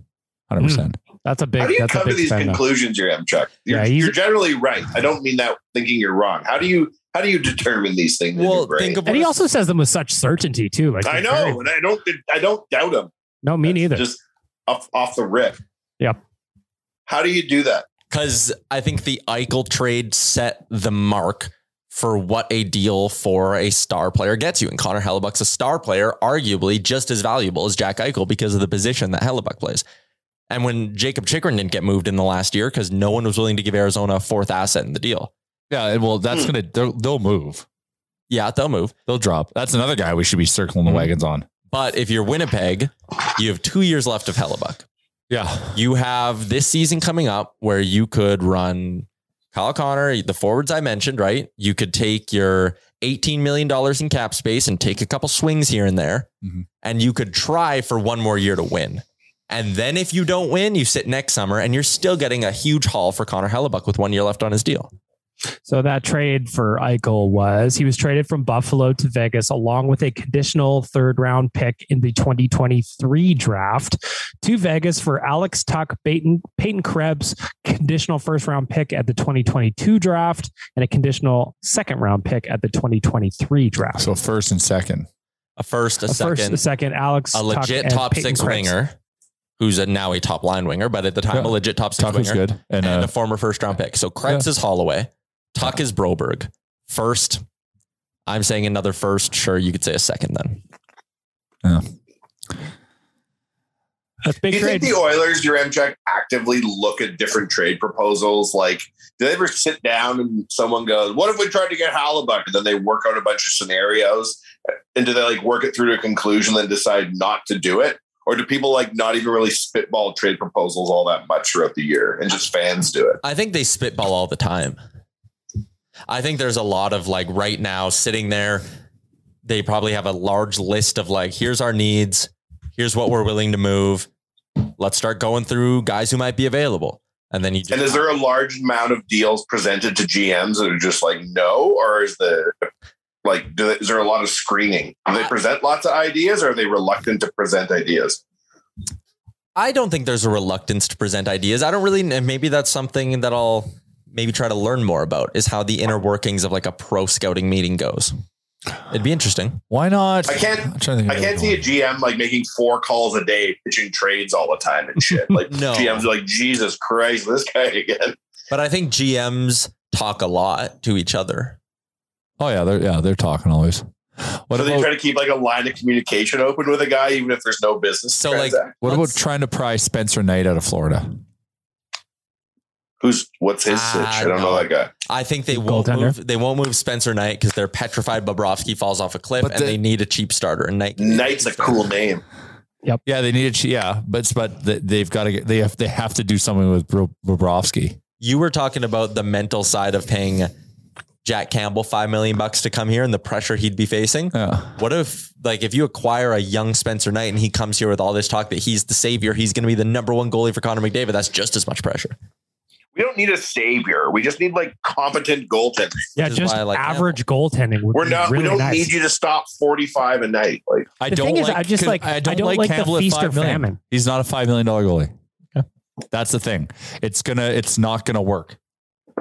[SPEAKER 9] Hundred
[SPEAKER 7] Hmm.
[SPEAKER 9] percent.
[SPEAKER 7] That's a big.
[SPEAKER 6] How do you
[SPEAKER 7] that's a
[SPEAKER 6] come to
[SPEAKER 7] big
[SPEAKER 6] these
[SPEAKER 7] spend. though.
[SPEAKER 6] conclusions, you're M. Chuck? You're,
[SPEAKER 7] Yeah, he's-
[SPEAKER 6] you're generally right. I don't mean that thinking you're wrong. How do you how do you determine these things? in
[SPEAKER 5] Well,
[SPEAKER 6] your brain?
[SPEAKER 5] think of
[SPEAKER 7] And he also says them with such certainty too. Like
[SPEAKER 6] I
[SPEAKER 7] he's very-
[SPEAKER 6] know, and I don't I don't doubt him.
[SPEAKER 7] No, me neither.
[SPEAKER 6] Just off off the rip.
[SPEAKER 7] Yep.
[SPEAKER 6] How do you do that?
[SPEAKER 5] Because I think the Eichel trade set the mark for what a deal for a star player gets you. And Connor Hellebuck's a star player, arguably just as valuable as Jack Eichel because of the position that Hellebuck plays. And when Jacob Chikrin didn't get moved in the last year because no one was willing to give Arizona a fourth asset in the deal.
[SPEAKER 9] Yeah. Well, that's
[SPEAKER 6] Hmm.
[SPEAKER 9] gonna they'll, they'll move.
[SPEAKER 5] Yeah, they'll move.
[SPEAKER 9] They'll drop. That's another guy we should be circling
[SPEAKER 6] Hmm.
[SPEAKER 9] the wagons on.
[SPEAKER 5] But if you're Winnipeg, you have two years left of Hellebuck.
[SPEAKER 9] Yeah.
[SPEAKER 5] you have this season coming up where you could run Kyle Connor, the forwards I mentioned, right? You could take your $18 million in cap space and take a couple swings here and there,
[SPEAKER 9] Mhm.
[SPEAKER 5] and you could try for one more year to win. And then if you don't win, you sit next summer and you're still getting a huge haul for Connor Hellebuck with one year left on his deal.
[SPEAKER 12] So that trade for Eichel was he was traded from Buffalo to Vegas along with a conditional third round pick in the 2023 draft to Vegas for Alex Tuck, Peyton, Peyton Krebs, conditional first round pick at the 2022 draft, and a conditional second round pick at the 2023 draft.
[SPEAKER 9] So first and second.
[SPEAKER 5] A first, a, second,
[SPEAKER 12] first, a second, Alex,
[SPEAKER 5] a
[SPEAKER 12] Tuck,
[SPEAKER 5] legit
[SPEAKER 12] and
[SPEAKER 5] top
[SPEAKER 12] Peyton
[SPEAKER 5] six
[SPEAKER 12] Krebs.
[SPEAKER 5] winger, who's a, now a top line winger, but at the time a
[SPEAKER 9] Yeah.
[SPEAKER 5] legit top six
[SPEAKER 9] Tuck was
[SPEAKER 5] winger,
[SPEAKER 9] good.
[SPEAKER 5] and,
[SPEAKER 9] And,
[SPEAKER 5] a
[SPEAKER 9] uh,
[SPEAKER 5] former first round pick. So Krebs is Holloway, Tuck is Broberg. First, I'm saying another first. Sure, you could say a second then.
[SPEAKER 12] That's
[SPEAKER 6] Do
[SPEAKER 12] big
[SPEAKER 6] you
[SPEAKER 12] trade.
[SPEAKER 6] think the Oilers, your check, actively look at different trade proposals? Like, do they ever sit down and someone goes, "What if we tried to get Halliburton?" And then they work out a bunch of scenarios, and do they like work it through to a conclusion, then decide not to do it, or do people like not even really spitball trade proposals all that much throughout the year, and just fans do it?
[SPEAKER 5] I think they spitball all the time. I think there's a lot of like right now sitting there, they probably have a large list of like, here's our needs, here's what we're willing to move. Let's start going through guys who might be available. And then you just
[SPEAKER 6] And is there a large amount of deals presented to GMs that are just like no, or is the like do they, is there a lot of screening? Do they present lots of ideas, or are they reluctant to present ideas?
[SPEAKER 5] I don't think there's a reluctance to present ideas. I don't really, and maybe that's something that I'll maybe try to learn more about is how the inner workings of like a pro scouting meeting goes. It'd be interesting.
[SPEAKER 9] Why not?
[SPEAKER 6] I
[SPEAKER 9] I'm
[SPEAKER 6] can't.
[SPEAKER 9] trying to think
[SPEAKER 6] I
[SPEAKER 9] of
[SPEAKER 6] can't see a GM like making four calls a day, pitching trades all the time and shit. Like
[SPEAKER 5] No.
[SPEAKER 6] GMs are like Jesus Christ, this guy again.
[SPEAKER 5] But I think GMs talk a lot to each other.
[SPEAKER 9] Oh yeah, they're yeah they're talking always. What
[SPEAKER 6] so they
[SPEAKER 9] about
[SPEAKER 6] try to keep like a line of communication open with a guy, even if there's no business.
[SPEAKER 5] So like,
[SPEAKER 6] transact.
[SPEAKER 9] what about
[SPEAKER 5] let's-
[SPEAKER 9] trying to pry Spencer Knight out of Florida?
[SPEAKER 6] who's what's his
[SPEAKER 5] Ah,
[SPEAKER 6] sitch? I don't know
[SPEAKER 5] no.
[SPEAKER 6] that guy.
[SPEAKER 5] I think they won't
[SPEAKER 12] Goaltender.
[SPEAKER 5] move. They won't move Spencer Knight because they're petrified Bobrovsky falls off a cliff
[SPEAKER 9] But
[SPEAKER 5] and
[SPEAKER 9] the-
[SPEAKER 5] they need a cheap starter. And Knight,
[SPEAKER 6] Knight's a cool name.
[SPEAKER 9] Yeah, they need a yeah, but but th- they've got to get they have they have to do something with Bro- Bobrovsky.
[SPEAKER 5] you were talking about the mental side of paying Jack Campbell five million bucks to come here and the pressure he'd be facing.
[SPEAKER 9] Yeah.
[SPEAKER 5] What if, like, if you acquire a young Spencer Knight and he comes here with all this talk that he's the savior, he's going to be the number one goalie for Connor McDavid? That's just as much pressure.
[SPEAKER 6] We don't need a savior. We just need like competent goaltending.
[SPEAKER 12] yeah,
[SPEAKER 5] which is
[SPEAKER 12] just
[SPEAKER 5] why I like
[SPEAKER 12] average goaltending would
[SPEAKER 6] We're
[SPEAKER 12] be
[SPEAKER 6] not.
[SPEAKER 12] really
[SPEAKER 6] we don't
[SPEAKER 12] nice.
[SPEAKER 6] need you to stop forty-five a night. Like
[SPEAKER 9] I
[SPEAKER 12] The
[SPEAKER 9] don't
[SPEAKER 12] thing is,
[SPEAKER 9] like.
[SPEAKER 12] I just like- I don't like the
[SPEAKER 9] at
[SPEAKER 12] feast or
[SPEAKER 9] $5 million.
[SPEAKER 12] famine.
[SPEAKER 9] He's not a five million dollar goalie. That's the thing. It's gonna. It's not gonna work.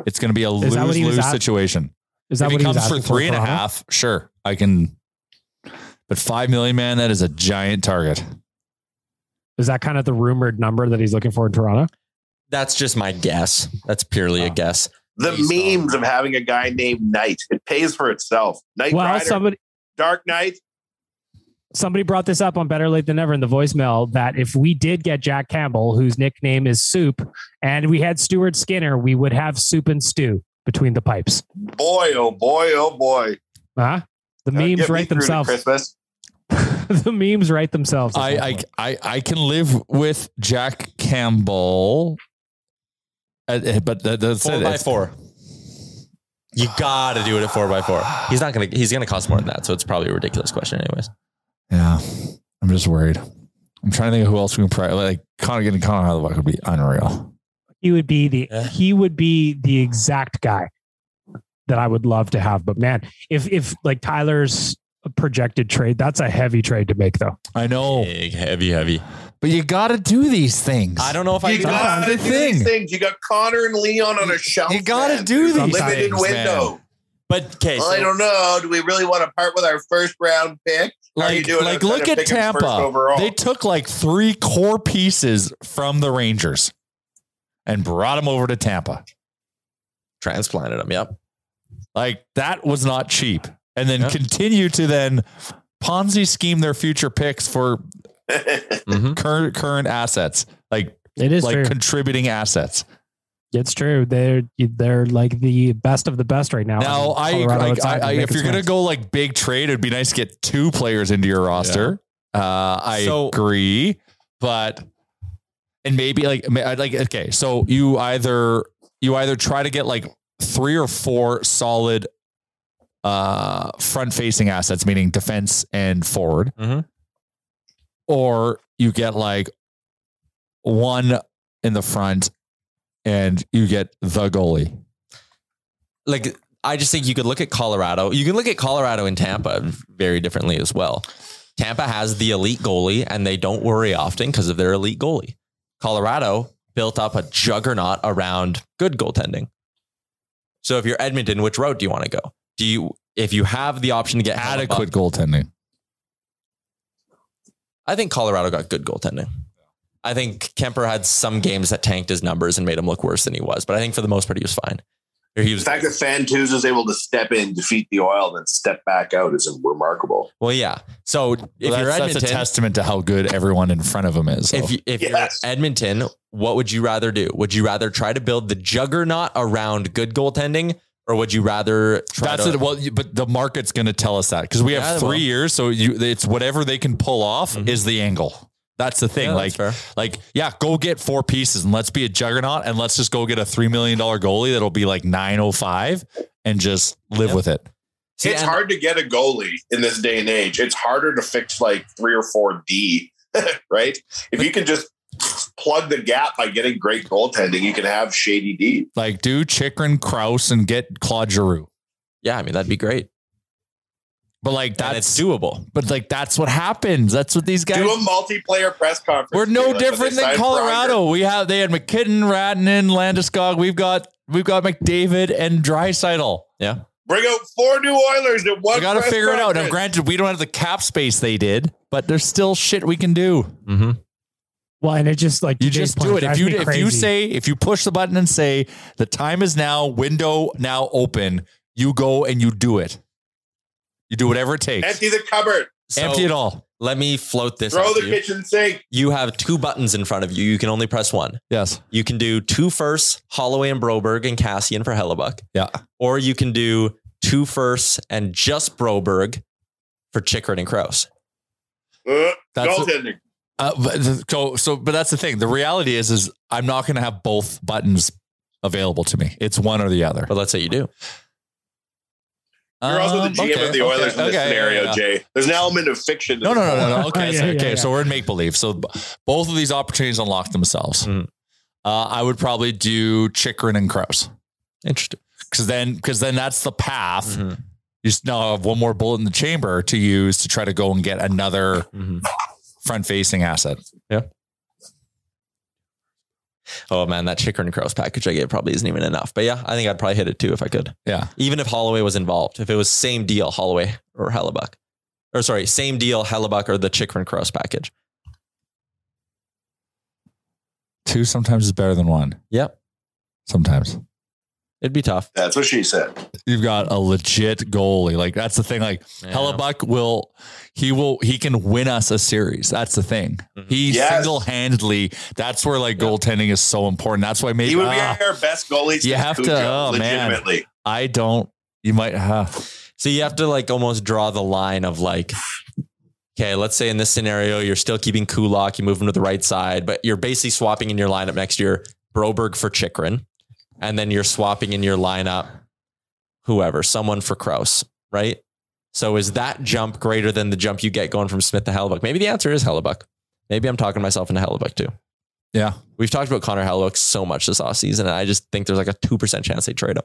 [SPEAKER 9] It's gonna be a
[SPEAKER 12] Is
[SPEAKER 9] lose
[SPEAKER 12] that what he was
[SPEAKER 9] lose
[SPEAKER 12] at-
[SPEAKER 9] situation.
[SPEAKER 12] Is that
[SPEAKER 9] if
[SPEAKER 12] what
[SPEAKER 9] he
[SPEAKER 12] he was
[SPEAKER 9] comes for
[SPEAKER 12] asking
[SPEAKER 9] three and a half,
[SPEAKER 12] Toronto?
[SPEAKER 9] sure, I can. But five million, man, that is a giant target.
[SPEAKER 12] Is that kind of the rumored number that he's looking for in Toronto?
[SPEAKER 5] That's just my guess. That's purely a guess.
[SPEAKER 6] the
[SPEAKER 5] Based on-
[SPEAKER 6] memes of having a guy named Knight. It pays for itself. Knight
[SPEAKER 12] well,
[SPEAKER 6] Rider,
[SPEAKER 12] somebody
[SPEAKER 6] Dark Knight.
[SPEAKER 12] somebody brought this up on Better Late Than Never in the voicemail that if we did get Jack Campbell, whose nickname is Soup, and we had Stuart Skinner, we would have Soup and Stew between the pipes.
[SPEAKER 6] Boy, oh boy, oh boy.
[SPEAKER 12] Huh? The
[SPEAKER 6] That'd
[SPEAKER 12] memes
[SPEAKER 6] get me
[SPEAKER 12] write
[SPEAKER 6] through to
[SPEAKER 12] themselves.
[SPEAKER 6] Christmas.
[SPEAKER 12] the memes write themselves. at that
[SPEAKER 9] I,
[SPEAKER 12] point.
[SPEAKER 9] I I I can live with Jack Campbell, Uh, uh, but that, that's
[SPEAKER 5] four
[SPEAKER 9] it.
[SPEAKER 5] by
[SPEAKER 9] It's-
[SPEAKER 5] four. You gotta do it at four by four. He's not gonna. He's gonna cost more than that. So it's probably a ridiculous question, anyways.
[SPEAKER 9] Yeah, I'm just worried. I'm trying to think of who else we can probably like. Connor getting Connor Halibut would be unreal.
[SPEAKER 12] he would be the
[SPEAKER 5] Yeah.
[SPEAKER 12] he would be the exact guy that I would love to have. But man, if if like Tyler's projected trade, that's a heavy trade to make though.
[SPEAKER 9] I know,
[SPEAKER 5] Big, heavy, heavy.
[SPEAKER 9] but you got to do these things.
[SPEAKER 5] I don't know if I.
[SPEAKER 6] You
[SPEAKER 5] can-
[SPEAKER 6] got to
[SPEAKER 9] the
[SPEAKER 6] do these
[SPEAKER 9] thing.
[SPEAKER 6] things. You got Connor and Leon on a shelf.
[SPEAKER 9] you gotta
[SPEAKER 6] man.
[SPEAKER 9] do
[SPEAKER 6] There's a
[SPEAKER 12] these
[SPEAKER 6] limited
[SPEAKER 9] things, man.
[SPEAKER 6] window.
[SPEAKER 5] But okay,
[SPEAKER 6] Well, I
[SPEAKER 5] so
[SPEAKER 6] don't know. Do we really want to part with our first round pick? How are you
[SPEAKER 9] Like,
[SPEAKER 6] doing
[SPEAKER 9] like
[SPEAKER 6] outside of
[SPEAKER 9] look at
[SPEAKER 6] picking first
[SPEAKER 9] Tampa.
[SPEAKER 6] overall?
[SPEAKER 9] They took like three core pieces from the Rangers and brought them over to Tampa.
[SPEAKER 5] transplanted him. Yep.
[SPEAKER 9] Like that was not cheap. And then
[SPEAKER 5] Yeah.
[SPEAKER 9] continue to then Ponzi scheme their future picks for
[SPEAKER 5] Mhm.
[SPEAKER 9] current current assets, like
[SPEAKER 12] It is
[SPEAKER 9] like
[SPEAKER 12] true.
[SPEAKER 9] contributing assets.
[SPEAKER 12] It's true. They're they're like the best of the best right now.
[SPEAKER 9] Now, I,
[SPEAKER 12] Colorado
[SPEAKER 9] like,
[SPEAKER 12] outside
[SPEAKER 9] I,
[SPEAKER 12] the
[SPEAKER 9] I if
[SPEAKER 12] biggest
[SPEAKER 9] you're gonna
[SPEAKER 12] wins.
[SPEAKER 9] go like big trade, it'd be nice to get two players into your roster. Uh, I
[SPEAKER 5] So-
[SPEAKER 9] agree, but and maybe like ma- I'd like okay, so you either you either try to get like three or four solid uh front facing assets, meaning defense and forward,
[SPEAKER 5] Mhm.
[SPEAKER 9] or you get like one in the front and you get the goalie.
[SPEAKER 5] like I just think you could look at Colorado. You can look at Colorado and Tampa very differently as well. Tampa has the elite goalie, and they don't worry often because of their elite goalie. Colorado built up a juggernaut around good goaltending. So if you're Edmonton, which route do you want to go? Do you if you have the option to get
[SPEAKER 9] Adequate
[SPEAKER 5] Hellebuck-
[SPEAKER 9] goaltending.
[SPEAKER 5] I think Colorado got good goaltending. I think Kemper had some games that tanked his numbers and made him look worse than he was, but I think for the most part he was fine. Or He
[SPEAKER 6] The
[SPEAKER 5] was
[SPEAKER 6] fact that Fantuz is able to step in, defeat the oil, then step back out is remarkable.
[SPEAKER 5] well, yeah. So if
[SPEAKER 9] Well,
[SPEAKER 5] you're
[SPEAKER 9] that's,
[SPEAKER 5] Edmonton,
[SPEAKER 9] that's a testament to how good everyone in front of him is. though.
[SPEAKER 5] if you, if you're Edmonton, what would you rather do? Would you rather try to build the juggernaut around good goaltending, or would you rather try
[SPEAKER 9] That's
[SPEAKER 5] to?
[SPEAKER 9] it. Well, you- but the market's going to tell us that because we
[SPEAKER 5] Yeah,
[SPEAKER 9] have
[SPEAKER 5] they
[SPEAKER 9] three
[SPEAKER 5] will.
[SPEAKER 9] years, so you it's whatever they can pull off is the angle. Mm-hmm. That's the thing.
[SPEAKER 5] Yeah,
[SPEAKER 9] like,
[SPEAKER 5] that's
[SPEAKER 9] like, yeah, go get four pieces and let's be a juggernaut and let's just go get a three million dollar goalie that'll be like nine oh five and just live with it.
[SPEAKER 6] it's hard to get a goalie in this day and age. It's harder to fix like three or four D, right? If you can just plug the gap by getting great goaltending, you can have shady D.
[SPEAKER 9] Like, do Chikrin Kraus and get Claude Giroux.
[SPEAKER 5] yeah, I mean that'd be great.
[SPEAKER 9] But like that's
[SPEAKER 5] it's doable.
[SPEAKER 9] But like that's what happens. That's what these guys
[SPEAKER 6] Do a multiplayer press conference.
[SPEAKER 9] We're
[SPEAKER 6] Like,
[SPEAKER 9] no
[SPEAKER 6] when they
[SPEAKER 9] different than
[SPEAKER 6] signed
[SPEAKER 9] Colorado. We have they had McKinnon, Ratnan, Landeskog. We've got we've got McDavid and Drysital.
[SPEAKER 5] Yeah.
[SPEAKER 6] Bring out four new Oilers at one.
[SPEAKER 9] We got to
[SPEAKER 6] press
[SPEAKER 9] figure it out. Now,
[SPEAKER 6] conference.
[SPEAKER 9] granted, we don't have the cap space they did, but there's still shit we can do.
[SPEAKER 5] Mm-hmm.
[SPEAKER 7] Well, and it just like
[SPEAKER 9] You
[SPEAKER 7] today's
[SPEAKER 9] just
[SPEAKER 7] point
[SPEAKER 9] do it. If
[SPEAKER 7] drives
[SPEAKER 9] you
[SPEAKER 7] me
[SPEAKER 9] if you
[SPEAKER 7] crazy.
[SPEAKER 9] say if you push the button and say the time is now, window now open, you go and you do it. You do whatever it takes.
[SPEAKER 6] Empty the cupboard.
[SPEAKER 5] So
[SPEAKER 9] Empty it all.
[SPEAKER 5] Let me float this.
[SPEAKER 6] Throw
[SPEAKER 5] out
[SPEAKER 6] the
[SPEAKER 5] to you.
[SPEAKER 6] kitchen sink.
[SPEAKER 5] You have two buttons in front of you. You can only press one.
[SPEAKER 9] Yes.
[SPEAKER 5] You can do two firsts, Holloway and Broberg and Cassian for Hellebuck,
[SPEAKER 9] Yeah.
[SPEAKER 5] or you can do two firsts and just Broberg for Chikrin and Kraus.
[SPEAKER 6] Uh,
[SPEAKER 9] That's-
[SPEAKER 6] goaltending.
[SPEAKER 9] Uh, but the- so so but that's the thing. The reality is is I'm not going to have both buttons available to me. It's one or the other.
[SPEAKER 5] But let's say you do.
[SPEAKER 6] You're also the
[SPEAKER 9] Um,
[SPEAKER 6] GM
[SPEAKER 9] okay,
[SPEAKER 6] of the
[SPEAKER 9] okay,
[SPEAKER 6] Oilers in this
[SPEAKER 9] okay, yeah,
[SPEAKER 6] scenario,
[SPEAKER 9] yeah.
[SPEAKER 6] Jay. There's an element of fiction. to
[SPEAKER 9] No,
[SPEAKER 6] this
[SPEAKER 9] no, no,
[SPEAKER 6] whole-
[SPEAKER 9] no, no. Okay,
[SPEAKER 7] Oh, yeah,
[SPEAKER 9] so,
[SPEAKER 7] yeah,
[SPEAKER 9] okay.
[SPEAKER 7] yeah.
[SPEAKER 9] So we're in make believe. So b- both of these opportunities unlock themselves.
[SPEAKER 6] Mm-hmm.
[SPEAKER 5] Mhm.
[SPEAKER 9] Uh, I would probably do Chikrin and Kraus
[SPEAKER 5] Interesting.
[SPEAKER 9] because then because then that's the path.
[SPEAKER 6] Mm-hmm.
[SPEAKER 5] Mhm.
[SPEAKER 9] You just now have one more bullet in the chamber to use to try to go and get another
[SPEAKER 5] Mhm.
[SPEAKER 9] front facing asset.
[SPEAKER 5] Oh man, that Chikrin and Kraus package I gave probably isn't even enough. But yeah, I think I'd probably hit it too if I could.
[SPEAKER 9] Yeah,
[SPEAKER 5] Even if Holloway was involved, if it was same deal, Holloway or Hellebuck, or sorry, same deal, Hellebuck or the Chikrin Kraus package.
[SPEAKER 9] two sometimes is better than one.
[SPEAKER 5] Yep,
[SPEAKER 9] Sometimes.
[SPEAKER 5] it'd be tough.
[SPEAKER 6] That's what she said.
[SPEAKER 9] you've got a legit goalie. Like that's the thing. Like
[SPEAKER 5] Yeah.
[SPEAKER 9] Hellebuck will he will he can win us a series. That's the thing. He
[SPEAKER 6] Yes.
[SPEAKER 9] single handedly. That's where like goaltending is so important. That's why maybe
[SPEAKER 6] He would be
[SPEAKER 9] ah,
[SPEAKER 6] our best goalie.
[SPEAKER 9] you
[SPEAKER 6] since
[SPEAKER 9] have to.
[SPEAKER 6] Cujo,
[SPEAKER 9] Oh man,
[SPEAKER 6] legitimately.
[SPEAKER 9] I don't. You might. Uh,
[SPEAKER 5] So you have to like almost draw the line of like, okay, let's say in this scenario, you're still keeping Kulak, you move him to the right side, but you're basically swapping in your lineup next year, Broberg for Chikrin. And then you're swapping in your lineup, whoever, someone for Kraus, right? So is that jump greater than the jump you get going from Smith to Hellebuck? Maybe the answer is Hellebuck. Maybe I'm talking myself into Hellebuck too.
[SPEAKER 9] yeah.
[SPEAKER 5] We've talked about Connor Hellebuck so much this offseason, and I just think there's like a 2% chance they trade him.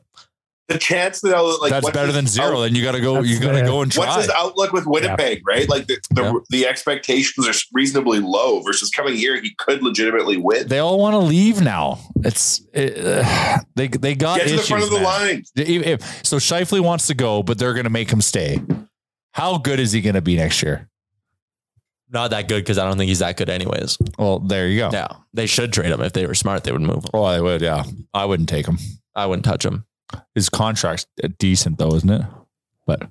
[SPEAKER 6] The chance that I'll, like
[SPEAKER 9] that's
[SPEAKER 6] what's
[SPEAKER 9] better
[SPEAKER 6] his
[SPEAKER 9] than zero.
[SPEAKER 6] out-
[SPEAKER 9] Then you got to go. You
[SPEAKER 7] That's
[SPEAKER 9] got to
[SPEAKER 7] fair.
[SPEAKER 9] go and
[SPEAKER 6] What's
[SPEAKER 9] try.
[SPEAKER 6] his outlook with Winnipeg, right? Like the the,
[SPEAKER 9] Yeah.
[SPEAKER 6] the expectations are reasonably low versus coming here, he could legitimately win.
[SPEAKER 9] They all want to leave now. It's it, uh, they they got
[SPEAKER 6] Get to the
[SPEAKER 9] issues,
[SPEAKER 6] front of the
[SPEAKER 9] man.
[SPEAKER 6] line.
[SPEAKER 9] If- if- so Shifley wants to go, but they're going to make him stay. How good is he going to be next year?
[SPEAKER 5] Not that good because I don't think he's that good, anyways.
[SPEAKER 9] Well, there you go.
[SPEAKER 5] Yeah, they should trade him if they were smart. They would move him.
[SPEAKER 9] Oh, I would. Yeah, I wouldn't take him.
[SPEAKER 5] I wouldn't touch him.
[SPEAKER 9] His contract's decent though, isn't it? But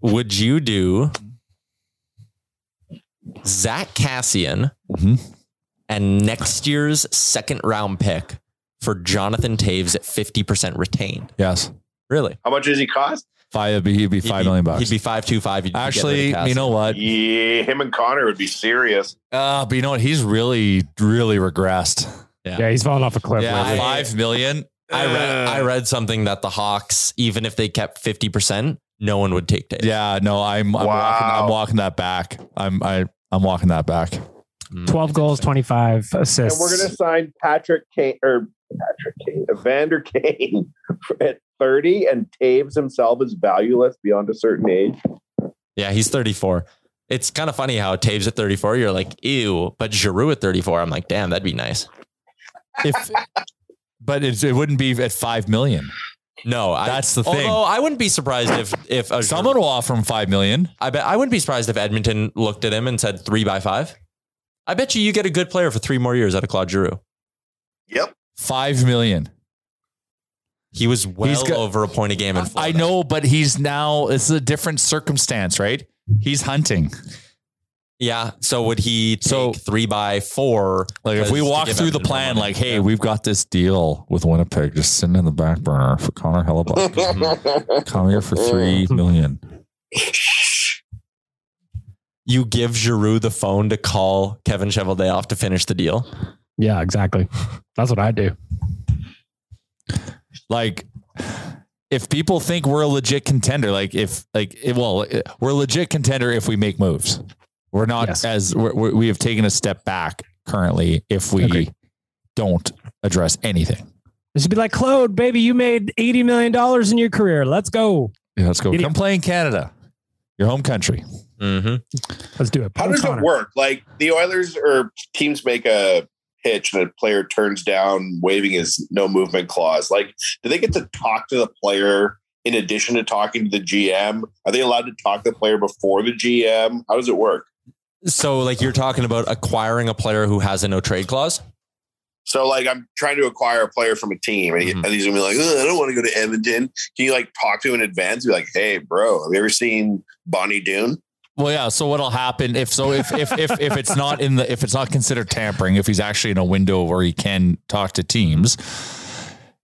[SPEAKER 5] Would you do Zach Cassian
[SPEAKER 9] Mhm.
[SPEAKER 5] and next year's second round pick for Jonathan Taves at fifty percent retained?
[SPEAKER 9] yes,
[SPEAKER 5] Really?
[SPEAKER 6] How much does he cost?
[SPEAKER 9] five. It'd be, he'd be five million bucks.
[SPEAKER 5] He'd be five two five. You'd get rid of
[SPEAKER 9] Actually,
[SPEAKER 5] Cassian.
[SPEAKER 9] you know what?
[SPEAKER 6] Yeah, him and Connor would be serious.
[SPEAKER 9] Uh, but you know what? He's really, really regressed.
[SPEAKER 7] yeah, he's falling off a cliff.
[SPEAKER 9] Yeah,
[SPEAKER 7] lately.
[SPEAKER 9] five million.
[SPEAKER 5] I read I read something that the Hawks, even if they kept fifty percent, no one would take Taves.
[SPEAKER 9] Yeah, no, I'm I'm, walking, I'm
[SPEAKER 6] Wow.
[SPEAKER 9] walking that back. I'm I I'm walking that back.
[SPEAKER 7] 12 goals, 25
[SPEAKER 13] And
[SPEAKER 7] assists.
[SPEAKER 13] we're going to sign Patrick Kane or Patrick Kane, Evander Kane at 30 and Taves himself is valueless beyond a certain age.
[SPEAKER 5] Yeah, he's 34. It's kind of funny how Taves at 34, you're like, ew, but Giroux at 34, I'm like, damn, that'd be nice.
[SPEAKER 9] If, but it, it wouldn't be at five million.
[SPEAKER 5] No,
[SPEAKER 9] that's the thing.
[SPEAKER 5] Although I wouldn't be surprised if if a
[SPEAKER 9] Someone will offer him five million.
[SPEAKER 5] I bet I wouldn't be surprised if Edmonton looked at him and said three by five. I bet you you get a good player for three more years out of Claude Giroux.
[SPEAKER 6] Yep,
[SPEAKER 9] five million.
[SPEAKER 5] He was well
[SPEAKER 9] got-
[SPEAKER 5] over a point a game in
[SPEAKER 9] I know, but he's now it's a different circumstance, right? He's hunting.
[SPEAKER 5] Yeah. So would he take three by four?
[SPEAKER 9] Like if we
[SPEAKER 5] because to
[SPEAKER 9] walk
[SPEAKER 5] give
[SPEAKER 9] through the
[SPEAKER 5] Edmonton more
[SPEAKER 9] plan,
[SPEAKER 5] money?
[SPEAKER 9] like, hey, we've got this deal with Winnipeg just sitting in the back burner for Connor Hellebuck. Come here for three
[SPEAKER 5] Mm-hmm.
[SPEAKER 9] million.
[SPEAKER 5] you give Giroux the phone to call Kevin Cheveldayoff to finish the deal.
[SPEAKER 7] yeah, exactly. That's what I do.
[SPEAKER 9] Like if people think we're a legit contender, like if like it, well, it- we're a legit contender if we make moves. We're not as we're, we we have taken a step back currently if we don't address anything.
[SPEAKER 7] This would be like, Claude, baby, you made $80 million in your career. Let's go.
[SPEAKER 9] Yeah, let's go.
[SPEAKER 7] Idiot.
[SPEAKER 9] Come play in Canada, your home country.
[SPEAKER 5] Mm-hmm.
[SPEAKER 7] Let's do it.
[SPEAKER 6] How does it work? Like the Oilers or teams make a pitch and a player turns down waving his no movement clause. Like, do they get to talk to the player in addition to talking to the GM? Are they allowed to talk to the player before the GM? How does it work?
[SPEAKER 5] So like you're talking about acquiring a player who has a no trade clause.
[SPEAKER 6] So, like, I'm trying to acquire a player from a team, and, he-
[SPEAKER 9] Mm-hmm.
[SPEAKER 6] and he's gonna be like, "Ugh, "I don't want to go to Edmonton." Can you like talk to him in advance? Be like, "Hey, bro, have you ever seen Bonnie Doon?"
[SPEAKER 9] Well, yeah. So what'll happen if so if if if, if it's not in the if it's not considered tampering if he's actually in a window where he can talk to teams.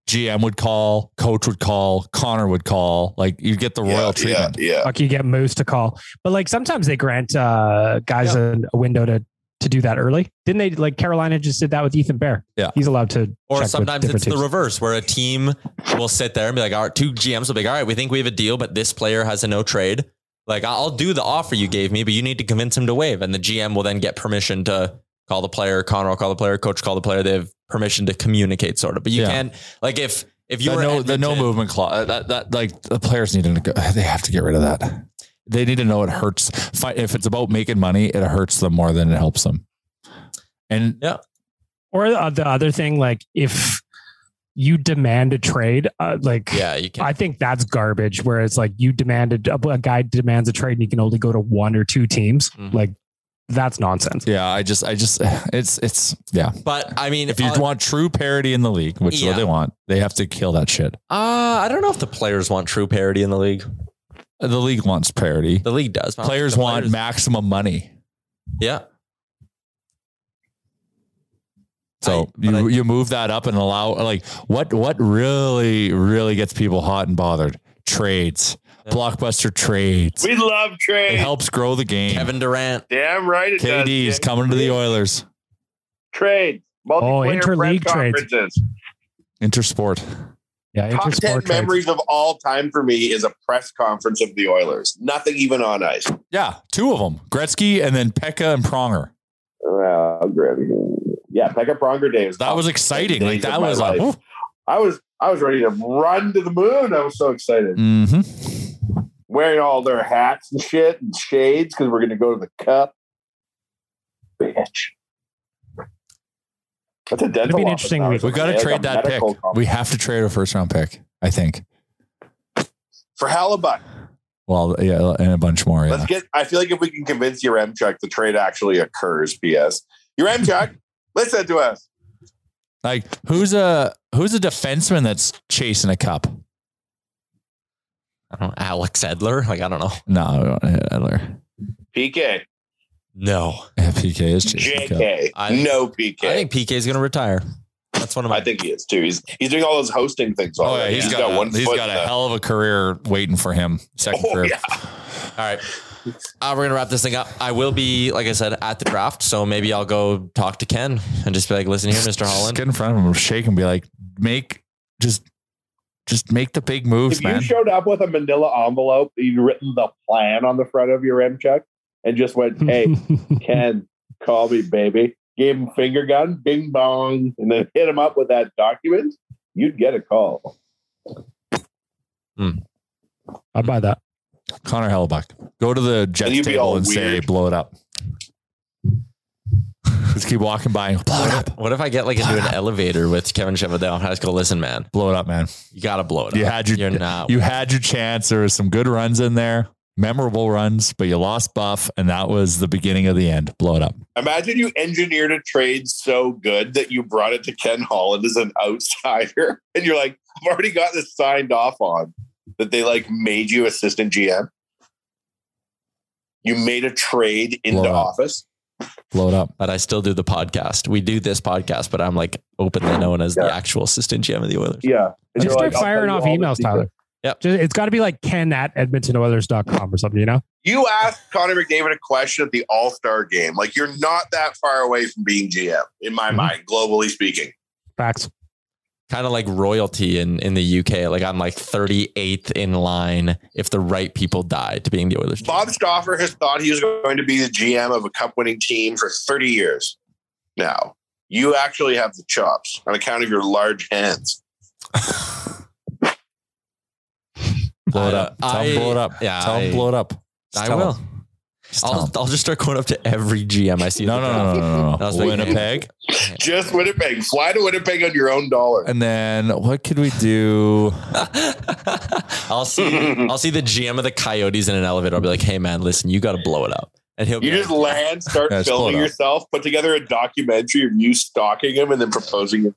[SPEAKER 9] GM would call, coach would call, Connor would call. Like you get the royal treatment.
[SPEAKER 6] Yeah.
[SPEAKER 7] Like you get Moose to call. But like sometimes they grant uh, guys a, a window to to do that early. Didn't they? Like Carolina just did that with Ethan Bear.
[SPEAKER 9] Yeah.
[SPEAKER 7] He's allowed to. check
[SPEAKER 5] Or
[SPEAKER 7] with
[SPEAKER 5] sometimes
[SPEAKER 7] different
[SPEAKER 5] it's the
[SPEAKER 7] teams.
[SPEAKER 5] reverse where a team will sit there and be like, all right, two GMs will be like, all right, we think we have a deal, but this player has a no trade. Like, I'll do the offer you gave me, but you need to convince him to waive. And the GM will then get permission to call the player, Connor will call the player, coach call the player. They have permission to communicate sort of. But you
[SPEAKER 9] Yeah.
[SPEAKER 5] can't like if if you
[SPEAKER 9] the
[SPEAKER 5] were
[SPEAKER 9] no the no
[SPEAKER 5] Edmonton-
[SPEAKER 9] movement clause that, that like the players need to neg- they have to get rid of that. They need to know it hurts. Fi- If it's about making money, it hurts them more than it helps them. And
[SPEAKER 5] yeah,
[SPEAKER 7] Or the the other thing, like if you demand a trade, uh, like
[SPEAKER 5] yeah, you can.
[SPEAKER 7] I think that's garbage. Where it's like you demanded a, a guy demands a trade, and you can only go to one or two teams. Like that's nonsense.
[SPEAKER 9] yeah, I just I just it's it's yeah.
[SPEAKER 5] But I mean, uh,
[SPEAKER 9] if you
[SPEAKER 5] I'll-
[SPEAKER 9] want true parity in the league, which is
[SPEAKER 5] Yeah.
[SPEAKER 9] what they want, they have to kill that shit.
[SPEAKER 5] Uh, I don't know if the players want true parity in the league.
[SPEAKER 9] The league wants parity.
[SPEAKER 5] The league does.
[SPEAKER 9] Players
[SPEAKER 5] The
[SPEAKER 9] want
[SPEAKER 5] players-
[SPEAKER 9] maximum money.
[SPEAKER 5] Yeah.
[SPEAKER 9] So you you move that up and allow like what what really really gets people hot and bothered trades blockbuster trades
[SPEAKER 14] We love trade.
[SPEAKER 9] it helps grow the game
[SPEAKER 5] Kevin Durant
[SPEAKER 14] Damn right it does.
[SPEAKER 9] KD's
[SPEAKER 14] Jake.
[SPEAKER 9] coming to the Oilers
[SPEAKER 14] Trade. Multiplayer
[SPEAKER 7] Oh, interleague
[SPEAKER 14] press
[SPEAKER 7] trades.
[SPEAKER 14] conferences.
[SPEAKER 9] Intersport
[SPEAKER 7] Yeah,
[SPEAKER 6] Top ten memories of all time for me is a press conference of the Oilers. Nothing even on ice.
[SPEAKER 9] yeah two of them Gretzky and then Pekka and Pronger
[SPEAKER 13] Well, I'll grab you. Yeah, Pekka Pronger Davis.
[SPEAKER 9] that was exciting like
[SPEAKER 13] Days of
[SPEAKER 9] that
[SPEAKER 13] my
[SPEAKER 9] was like
[SPEAKER 13] life. I was I was ready to run to the moon. I was so excited.
[SPEAKER 9] mm-hmm.
[SPEAKER 13] Wearing all their hats and shit and shades because we're gonna go to the cup. Bitch. That's a dental
[SPEAKER 7] It'll be an
[SPEAKER 13] office
[SPEAKER 7] interesting
[SPEAKER 13] now.
[SPEAKER 7] week.
[SPEAKER 9] we got to
[SPEAKER 13] It's a
[SPEAKER 9] trade that pick
[SPEAKER 13] medical
[SPEAKER 9] we have to trade a first round pick I think
[SPEAKER 6] For Halibut,
[SPEAKER 9] well yeah and a bunch more yeah.
[SPEAKER 6] let's get. I feel like if we can convince your Remchuk the trade actually occurs, BS. Your Remchuk, listen to us.
[SPEAKER 9] Like who's a who's a defenseman that's chasing a cup?
[SPEAKER 5] I don't know, Alex Edler. Like I don't know.
[SPEAKER 9] No, I don't hit Edler.
[SPEAKER 6] PK,
[SPEAKER 5] No.
[SPEAKER 9] Yeah, PK is chasing a cup.
[SPEAKER 6] JK, no PK.
[SPEAKER 5] I think PK is going to retire. That's one of my.
[SPEAKER 6] I think he is too. He's he's doing all those hosting things. All
[SPEAKER 9] Oh yeah, he's got, one. He's
[SPEAKER 6] foot
[SPEAKER 9] got
[SPEAKER 6] in
[SPEAKER 9] a
[SPEAKER 6] the-
[SPEAKER 9] hell of a career waiting for him. Second
[SPEAKER 6] Oh,
[SPEAKER 9] career.
[SPEAKER 6] yeah.
[SPEAKER 5] All right. Uh, we're going to wrap this thing up. I will be, like I said, at the draft. So maybe I'll go talk to Ken and just be like, listen here, Mr.
[SPEAKER 9] Just
[SPEAKER 5] Holland.
[SPEAKER 9] get in front of him, shake him, be like, make just just make the big moves,
[SPEAKER 13] If you
[SPEAKER 9] man.
[SPEAKER 13] showed up with a manila envelope, you'd written the plan on the front of your M check and just went, Hey, Ken,
[SPEAKER 15] Call me, baby. Gave him finger gun, bing bong, and then hit him up with that document. You'd get a call.
[SPEAKER 7] I'd buy that.
[SPEAKER 9] Connor Hellebuck. Go to the Jets
[SPEAKER 6] And you'd be
[SPEAKER 9] table
[SPEAKER 6] all
[SPEAKER 9] and say,
[SPEAKER 6] weird.
[SPEAKER 9] blow it up. Just keep walking by. and, Blow it up.
[SPEAKER 5] What if I get like into an elevator with Kevin Chevedel? I just go, listen, man,
[SPEAKER 9] blow it up, man.
[SPEAKER 5] You gotta blow it
[SPEAKER 9] You
[SPEAKER 5] up.
[SPEAKER 9] had your
[SPEAKER 5] You're not.
[SPEAKER 9] you had your chance. There was some good runs in there, memorable runs, but you lost Buff, and that was the beginning of the end. Blow it up.
[SPEAKER 6] Imagine you engineered a trade so good that you brought it to Ken Holland as an outsider, and you're like, "I've already got this signed off on." That they like made you assistant GM. You made a trade into
[SPEAKER 5] Blowout.
[SPEAKER 6] office.
[SPEAKER 9] blow it up.
[SPEAKER 5] But I still do the podcast. We do this podcast, but I'm like openly known as the actual assistant GM of the Oilers.
[SPEAKER 15] Yeah.
[SPEAKER 5] And
[SPEAKER 7] Just
[SPEAKER 5] you're
[SPEAKER 7] start
[SPEAKER 5] like, I'll tell
[SPEAKER 7] firing
[SPEAKER 5] you all
[SPEAKER 7] off
[SPEAKER 5] the
[SPEAKER 7] emails,
[SPEAKER 5] secrets.
[SPEAKER 7] Tyler.
[SPEAKER 5] Yep.
[SPEAKER 7] Just, it's got to be like ken at edmontonoilers.com or something, you know?
[SPEAKER 6] You asked Connor McDavid a question at the All Star game. Like you're not that far away from being GM, in
[SPEAKER 7] Mm-hmm.
[SPEAKER 6] my mind, globally speaking.
[SPEAKER 7] Facts.
[SPEAKER 5] Kind of like royalty in, in the UK. Like I'm like 38th in line if the right people die to being the Oilers.
[SPEAKER 6] Bob Stauffer has thought he was going to be the GM of a cup winning team for 30 years now. You actually have the chops on account of your large hands.
[SPEAKER 9] Blow it
[SPEAKER 5] I-
[SPEAKER 9] up. Tell him blow it up.
[SPEAKER 5] I- yeah,
[SPEAKER 9] Tell him
[SPEAKER 5] I-
[SPEAKER 9] blow it up. Just
[SPEAKER 5] I
[SPEAKER 9] tell
[SPEAKER 5] will.
[SPEAKER 9] him. Just tell
[SPEAKER 5] I'll,
[SPEAKER 9] him.
[SPEAKER 5] I'll just start going up to every GM I see.
[SPEAKER 9] No, no, no, no, no, no,
[SPEAKER 5] I was
[SPEAKER 9] no.
[SPEAKER 5] like,
[SPEAKER 9] Winnipeg.
[SPEAKER 6] Just Winnipeg. Fly to Winnipeg on your own dollar.
[SPEAKER 9] And then what could we do?
[SPEAKER 5] I'll see. I'll see the GM of the Coyotes in an elevator. I'll be like, "Hey, man, listen, you got to blow it up." And he'll be
[SPEAKER 6] You just land, start
[SPEAKER 9] Yeah, just pull it
[SPEAKER 6] filming
[SPEAKER 9] up.
[SPEAKER 6] yourself, put together a documentary of you stalking him and then proposing him.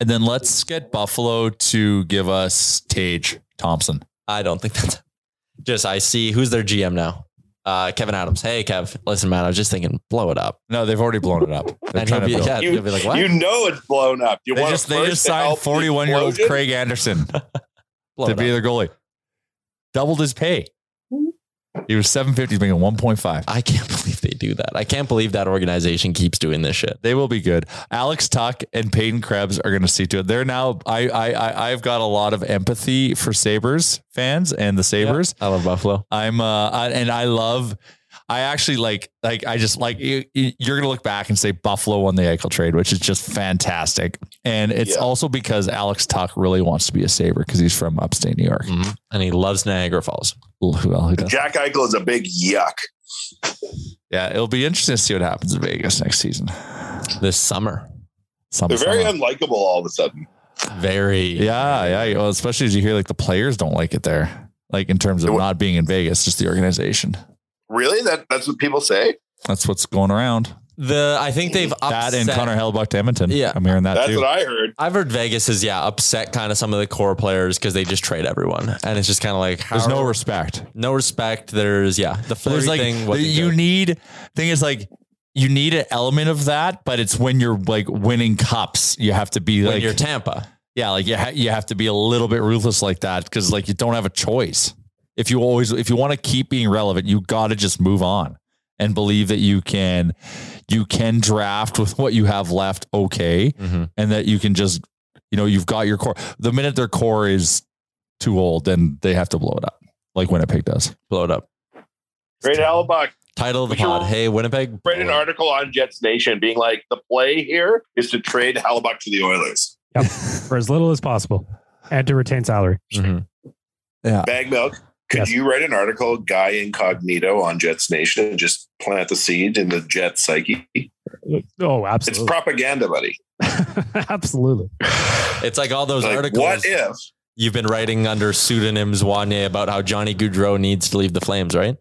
[SPEAKER 9] And then let's get Buffalo to give us Tage Thompson.
[SPEAKER 5] I don't think that's just. I see who's their GM now. Uh, Kevin Adams. Hey, Kev. Listen, man, I was just thinking, blow it up.
[SPEAKER 9] No, they've already blown it up. They're
[SPEAKER 5] And he'll
[SPEAKER 9] trying to
[SPEAKER 5] be,
[SPEAKER 9] build.
[SPEAKER 5] yeah,
[SPEAKER 6] You,
[SPEAKER 5] he'll be like, "What?
[SPEAKER 6] you know it's blown up. You
[SPEAKER 9] They
[SPEAKER 6] want
[SPEAKER 9] just
[SPEAKER 6] to
[SPEAKER 9] they
[SPEAKER 6] first
[SPEAKER 9] just
[SPEAKER 6] to
[SPEAKER 9] signed
[SPEAKER 6] help the
[SPEAKER 9] 41 year old
[SPEAKER 6] explosion?
[SPEAKER 9] Craig Anderson
[SPEAKER 5] blow
[SPEAKER 9] to
[SPEAKER 5] it
[SPEAKER 9] be
[SPEAKER 5] up."
[SPEAKER 9] their goalie. Doubled his pay. He was 750, he's making 1.5.
[SPEAKER 5] I can't believe they do that. I can't believe that organization keeps doing this shit.
[SPEAKER 9] They will be good. Alex Tuck and Peyton Krebs are going to see to it. They're now. I I I I've got a lot of empathy for Sabers fans and the Sabers.
[SPEAKER 5] I love Buffalo.
[SPEAKER 9] I'm uh I, and I love. I actually like like I just like you, you- you're going to look back and say Buffalo won the Eichel trade, which is just fantastic. And it's
[SPEAKER 6] Yeah.
[SPEAKER 9] also because Alex Tuck really wants to be a Saber because he's from upstate New York.
[SPEAKER 5] Mhm. And he loves Niagara Falls.
[SPEAKER 9] Well, who does?
[SPEAKER 6] Jack Eichel is a big yuck.
[SPEAKER 9] Yeah, it'll be interesting to see what happens in Vegas next season.
[SPEAKER 5] This summer,
[SPEAKER 9] Some,
[SPEAKER 6] They're very
[SPEAKER 9] some-
[SPEAKER 6] unlikable all of a sudden.
[SPEAKER 5] very
[SPEAKER 9] Yeah, yeah. Well, especially as you hear like the players don't like it there, like in terms of not being in Vegas, just the organization.
[SPEAKER 6] Really? That that's what people say?
[SPEAKER 9] That's what's going around.
[SPEAKER 5] the. I think they've upset.
[SPEAKER 9] That and Connor Hellebuck to Edmonton.
[SPEAKER 5] Yeah.
[SPEAKER 9] I'm hearing that
[SPEAKER 6] That's
[SPEAKER 9] too.
[SPEAKER 6] what I heard.
[SPEAKER 5] I've heard Vegas is yeah upset kind of some of the core players because they just trade everyone, and it's just kind of like how,
[SPEAKER 9] There's no respect.
[SPEAKER 5] no respect. There's yeah the flurry
[SPEAKER 9] There's like
[SPEAKER 5] thing. wasn't
[SPEAKER 9] you
[SPEAKER 5] good.
[SPEAKER 9] need thing is like you need an element of that, but it's when you're like winning cups, you have to be
[SPEAKER 5] when
[SPEAKER 9] like
[SPEAKER 5] you're Tampa,
[SPEAKER 9] yeah, like you ha- you have to be a little bit ruthless like that because like you don't have a choice. If you always if you want to keep being relevant, you got to just move on and believe that you can you can draft with what you have left okay
[SPEAKER 5] Mhm.
[SPEAKER 9] and that you can just you know you've got your core. The minute their core is too old, then they have to blow it up like Winnipeg does.
[SPEAKER 5] blow it up.
[SPEAKER 6] Great Hellebuck
[SPEAKER 5] Title of the
[SPEAKER 6] We can
[SPEAKER 5] pod. Hey Winnipeg,
[SPEAKER 6] read an
[SPEAKER 5] blow it up.
[SPEAKER 6] article on Jets Nation being like, the play here is to trade Halbuck to the Oilers.
[SPEAKER 7] For as little as possible and to retain salary.
[SPEAKER 5] Mhm.
[SPEAKER 6] Bag milk. Could
[SPEAKER 7] Yes.
[SPEAKER 6] you write an article, Guy Incognito, on Jets Nation and just plant the seed in the Jet psyche?
[SPEAKER 7] Oh,
[SPEAKER 6] It's
[SPEAKER 7] absolutely.
[SPEAKER 6] propaganda, buddy.
[SPEAKER 7] absolutely.
[SPEAKER 5] It's like all those
[SPEAKER 6] Like,
[SPEAKER 5] articles
[SPEAKER 6] what if?
[SPEAKER 5] you've been writing under pseudonyms Wanye about how Johnny Goudreau needs to leave the Flames, right?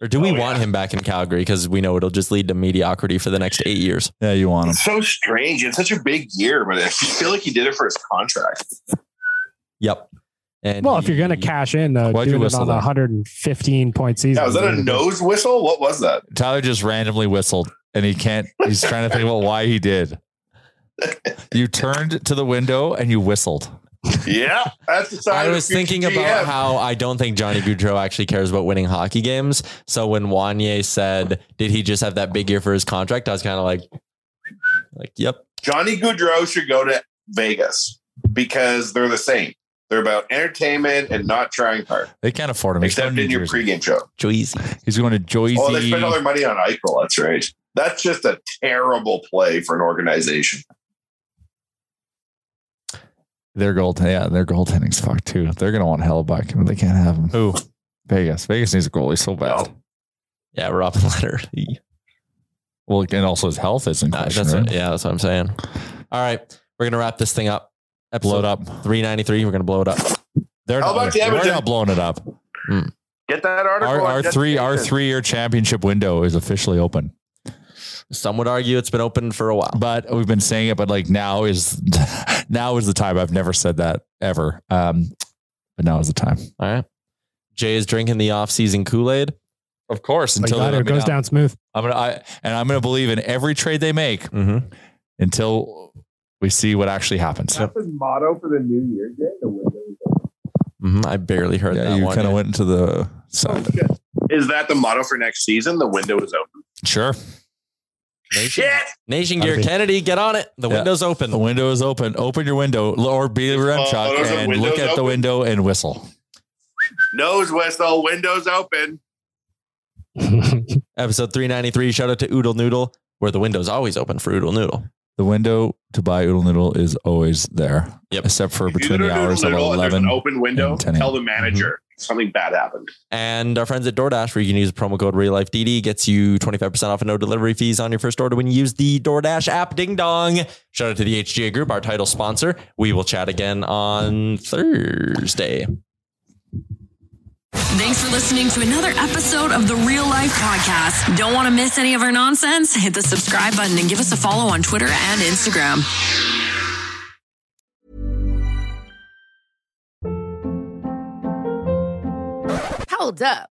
[SPEAKER 5] Or do we
[SPEAKER 6] Oh,
[SPEAKER 5] want
[SPEAKER 6] yeah.
[SPEAKER 5] him back in Calgary because we know it'll just lead to mediocrity for the next eight years?
[SPEAKER 9] Yeah, you want them.
[SPEAKER 6] It's so strange. It's such a big year, but I feel like he did it for his contract.
[SPEAKER 5] Yep. And
[SPEAKER 7] Well, if you're going to
[SPEAKER 5] he-
[SPEAKER 7] cash in, uh,
[SPEAKER 9] Why'd you
[SPEAKER 7] doing it
[SPEAKER 9] whistle
[SPEAKER 7] on a
[SPEAKER 9] that?
[SPEAKER 7] 115 point season.
[SPEAKER 6] Yeah, was that a nose whistle? What was that?
[SPEAKER 9] Tyler just randomly whistled and he can't, he's trying to think about why he did. You turned to the window and you whistled.
[SPEAKER 6] Yeah, that's the sign.
[SPEAKER 5] I
[SPEAKER 6] of a
[SPEAKER 5] was
[SPEAKER 6] future
[SPEAKER 5] thinking
[SPEAKER 6] GM.
[SPEAKER 5] about how I don't think Johnny Goudreau actually cares about winning hockey games. So when Wanye said, "Did he just have that big year for his contract?" I was kind of like, "Like, yep,
[SPEAKER 6] Johnny Goudreau should go to Vegas because they're the same. They're about entertainment and not trying hard,
[SPEAKER 9] They can't afford him. He's,
[SPEAKER 6] except
[SPEAKER 9] going to,
[SPEAKER 6] in
[SPEAKER 9] New
[SPEAKER 6] your
[SPEAKER 9] Jersey.
[SPEAKER 6] pregame show.
[SPEAKER 5] Joyzy."
[SPEAKER 9] he's going to
[SPEAKER 6] Oh, they spent all
[SPEAKER 9] Joyzy.
[SPEAKER 6] their money on Eichel. That's right. That's just a terrible play for an organization.
[SPEAKER 9] Their goal, yeah, their goaltending's fucked too. They're gonna want Hellebuck, but they can't have him. Who? Vegas. Vegas needs a goalie so
[SPEAKER 6] Oh.
[SPEAKER 9] bad.
[SPEAKER 5] Yeah, Robin Leonard.
[SPEAKER 9] Well, and also his health is in
[SPEAKER 5] Uh,
[SPEAKER 9] question.
[SPEAKER 5] that's what-
[SPEAKER 9] right?
[SPEAKER 5] yeah, that's what I'm saying. All right, we're gonna wrap this thing up.
[SPEAKER 9] Blow it
[SPEAKER 5] Episode 393. We're gonna blow it up.
[SPEAKER 9] They're
[SPEAKER 6] How
[SPEAKER 9] not,
[SPEAKER 6] about the
[SPEAKER 9] we're
[SPEAKER 6] Edmonton?
[SPEAKER 9] not blowing it up.
[SPEAKER 16] Get that article.
[SPEAKER 9] Our,
[SPEAKER 16] on
[SPEAKER 9] our
[SPEAKER 16] Jets
[SPEAKER 9] three our
[SPEAKER 16] Nation.
[SPEAKER 9] three year championship window is officially open.
[SPEAKER 5] Some would argue it's been open for a while.
[SPEAKER 9] But we've been saying it, but like now is now is the time. I've never said that ever. Um, but now is the time.
[SPEAKER 5] All right. Jay is drinking the off-season Kool-Aid. Oh,
[SPEAKER 9] Of course,
[SPEAKER 17] Like
[SPEAKER 9] until
[SPEAKER 17] that,
[SPEAKER 9] they let
[SPEAKER 17] it
[SPEAKER 9] me
[SPEAKER 17] goes
[SPEAKER 9] down.
[SPEAKER 17] down smooth.
[SPEAKER 9] I'm gonna I, and I'm gonna believe in every trade they make
[SPEAKER 5] Mm-hmm.
[SPEAKER 9] until we see what actually happens.
[SPEAKER 7] That's his motto for the new year, Jay. The window is open.
[SPEAKER 5] Mhm, I barely heard
[SPEAKER 9] Yeah,
[SPEAKER 5] that
[SPEAKER 9] you
[SPEAKER 5] one.
[SPEAKER 9] kind of went into the side.
[SPEAKER 6] Is that the motto for next season? The window is open.
[SPEAKER 9] Sure.
[SPEAKER 5] Nation,
[SPEAKER 6] Shit!
[SPEAKER 5] Nation Gear Kennedy, get on it. The
[SPEAKER 9] Yeah.
[SPEAKER 5] window's open.
[SPEAKER 9] The window is open. Open your window l- or be Remchuk
[SPEAKER 6] there's a
[SPEAKER 9] and
[SPEAKER 6] window's
[SPEAKER 9] look at the
[SPEAKER 6] open?
[SPEAKER 9] window and whistle.
[SPEAKER 6] Nose whistle, windows open.
[SPEAKER 5] Episode 393. Shout out to Oodle Noodle, where the window's always open for Oodle Noodle.
[SPEAKER 9] The window to buy Oodle Noodle is always there.
[SPEAKER 5] Yep.
[SPEAKER 9] Except for
[SPEAKER 6] You
[SPEAKER 9] between
[SPEAKER 6] do
[SPEAKER 9] the
[SPEAKER 6] a doodle
[SPEAKER 9] hours of
[SPEAKER 6] doodle and there's an
[SPEAKER 9] 11.
[SPEAKER 6] open window.
[SPEAKER 9] and 10 a.m.
[SPEAKER 6] Tell the manager
[SPEAKER 9] Mm-hmm.
[SPEAKER 6] something bad happened.
[SPEAKER 5] And our friends at DoorDash, where you can use the promo code RealLifeDD, gets you 25% off and no delivery fees on your first order when you use the DoorDash app. Ding dong. Shout out to the HGA Group, our title sponsor. We will chat again on Thursday.
[SPEAKER 18] Thanks for listening to another episode of the Real Life Podcast. Don't want to miss any of our nonsense? Hit the subscribe button and give us a follow on Twitter and Instagram.
[SPEAKER 19] Hold up.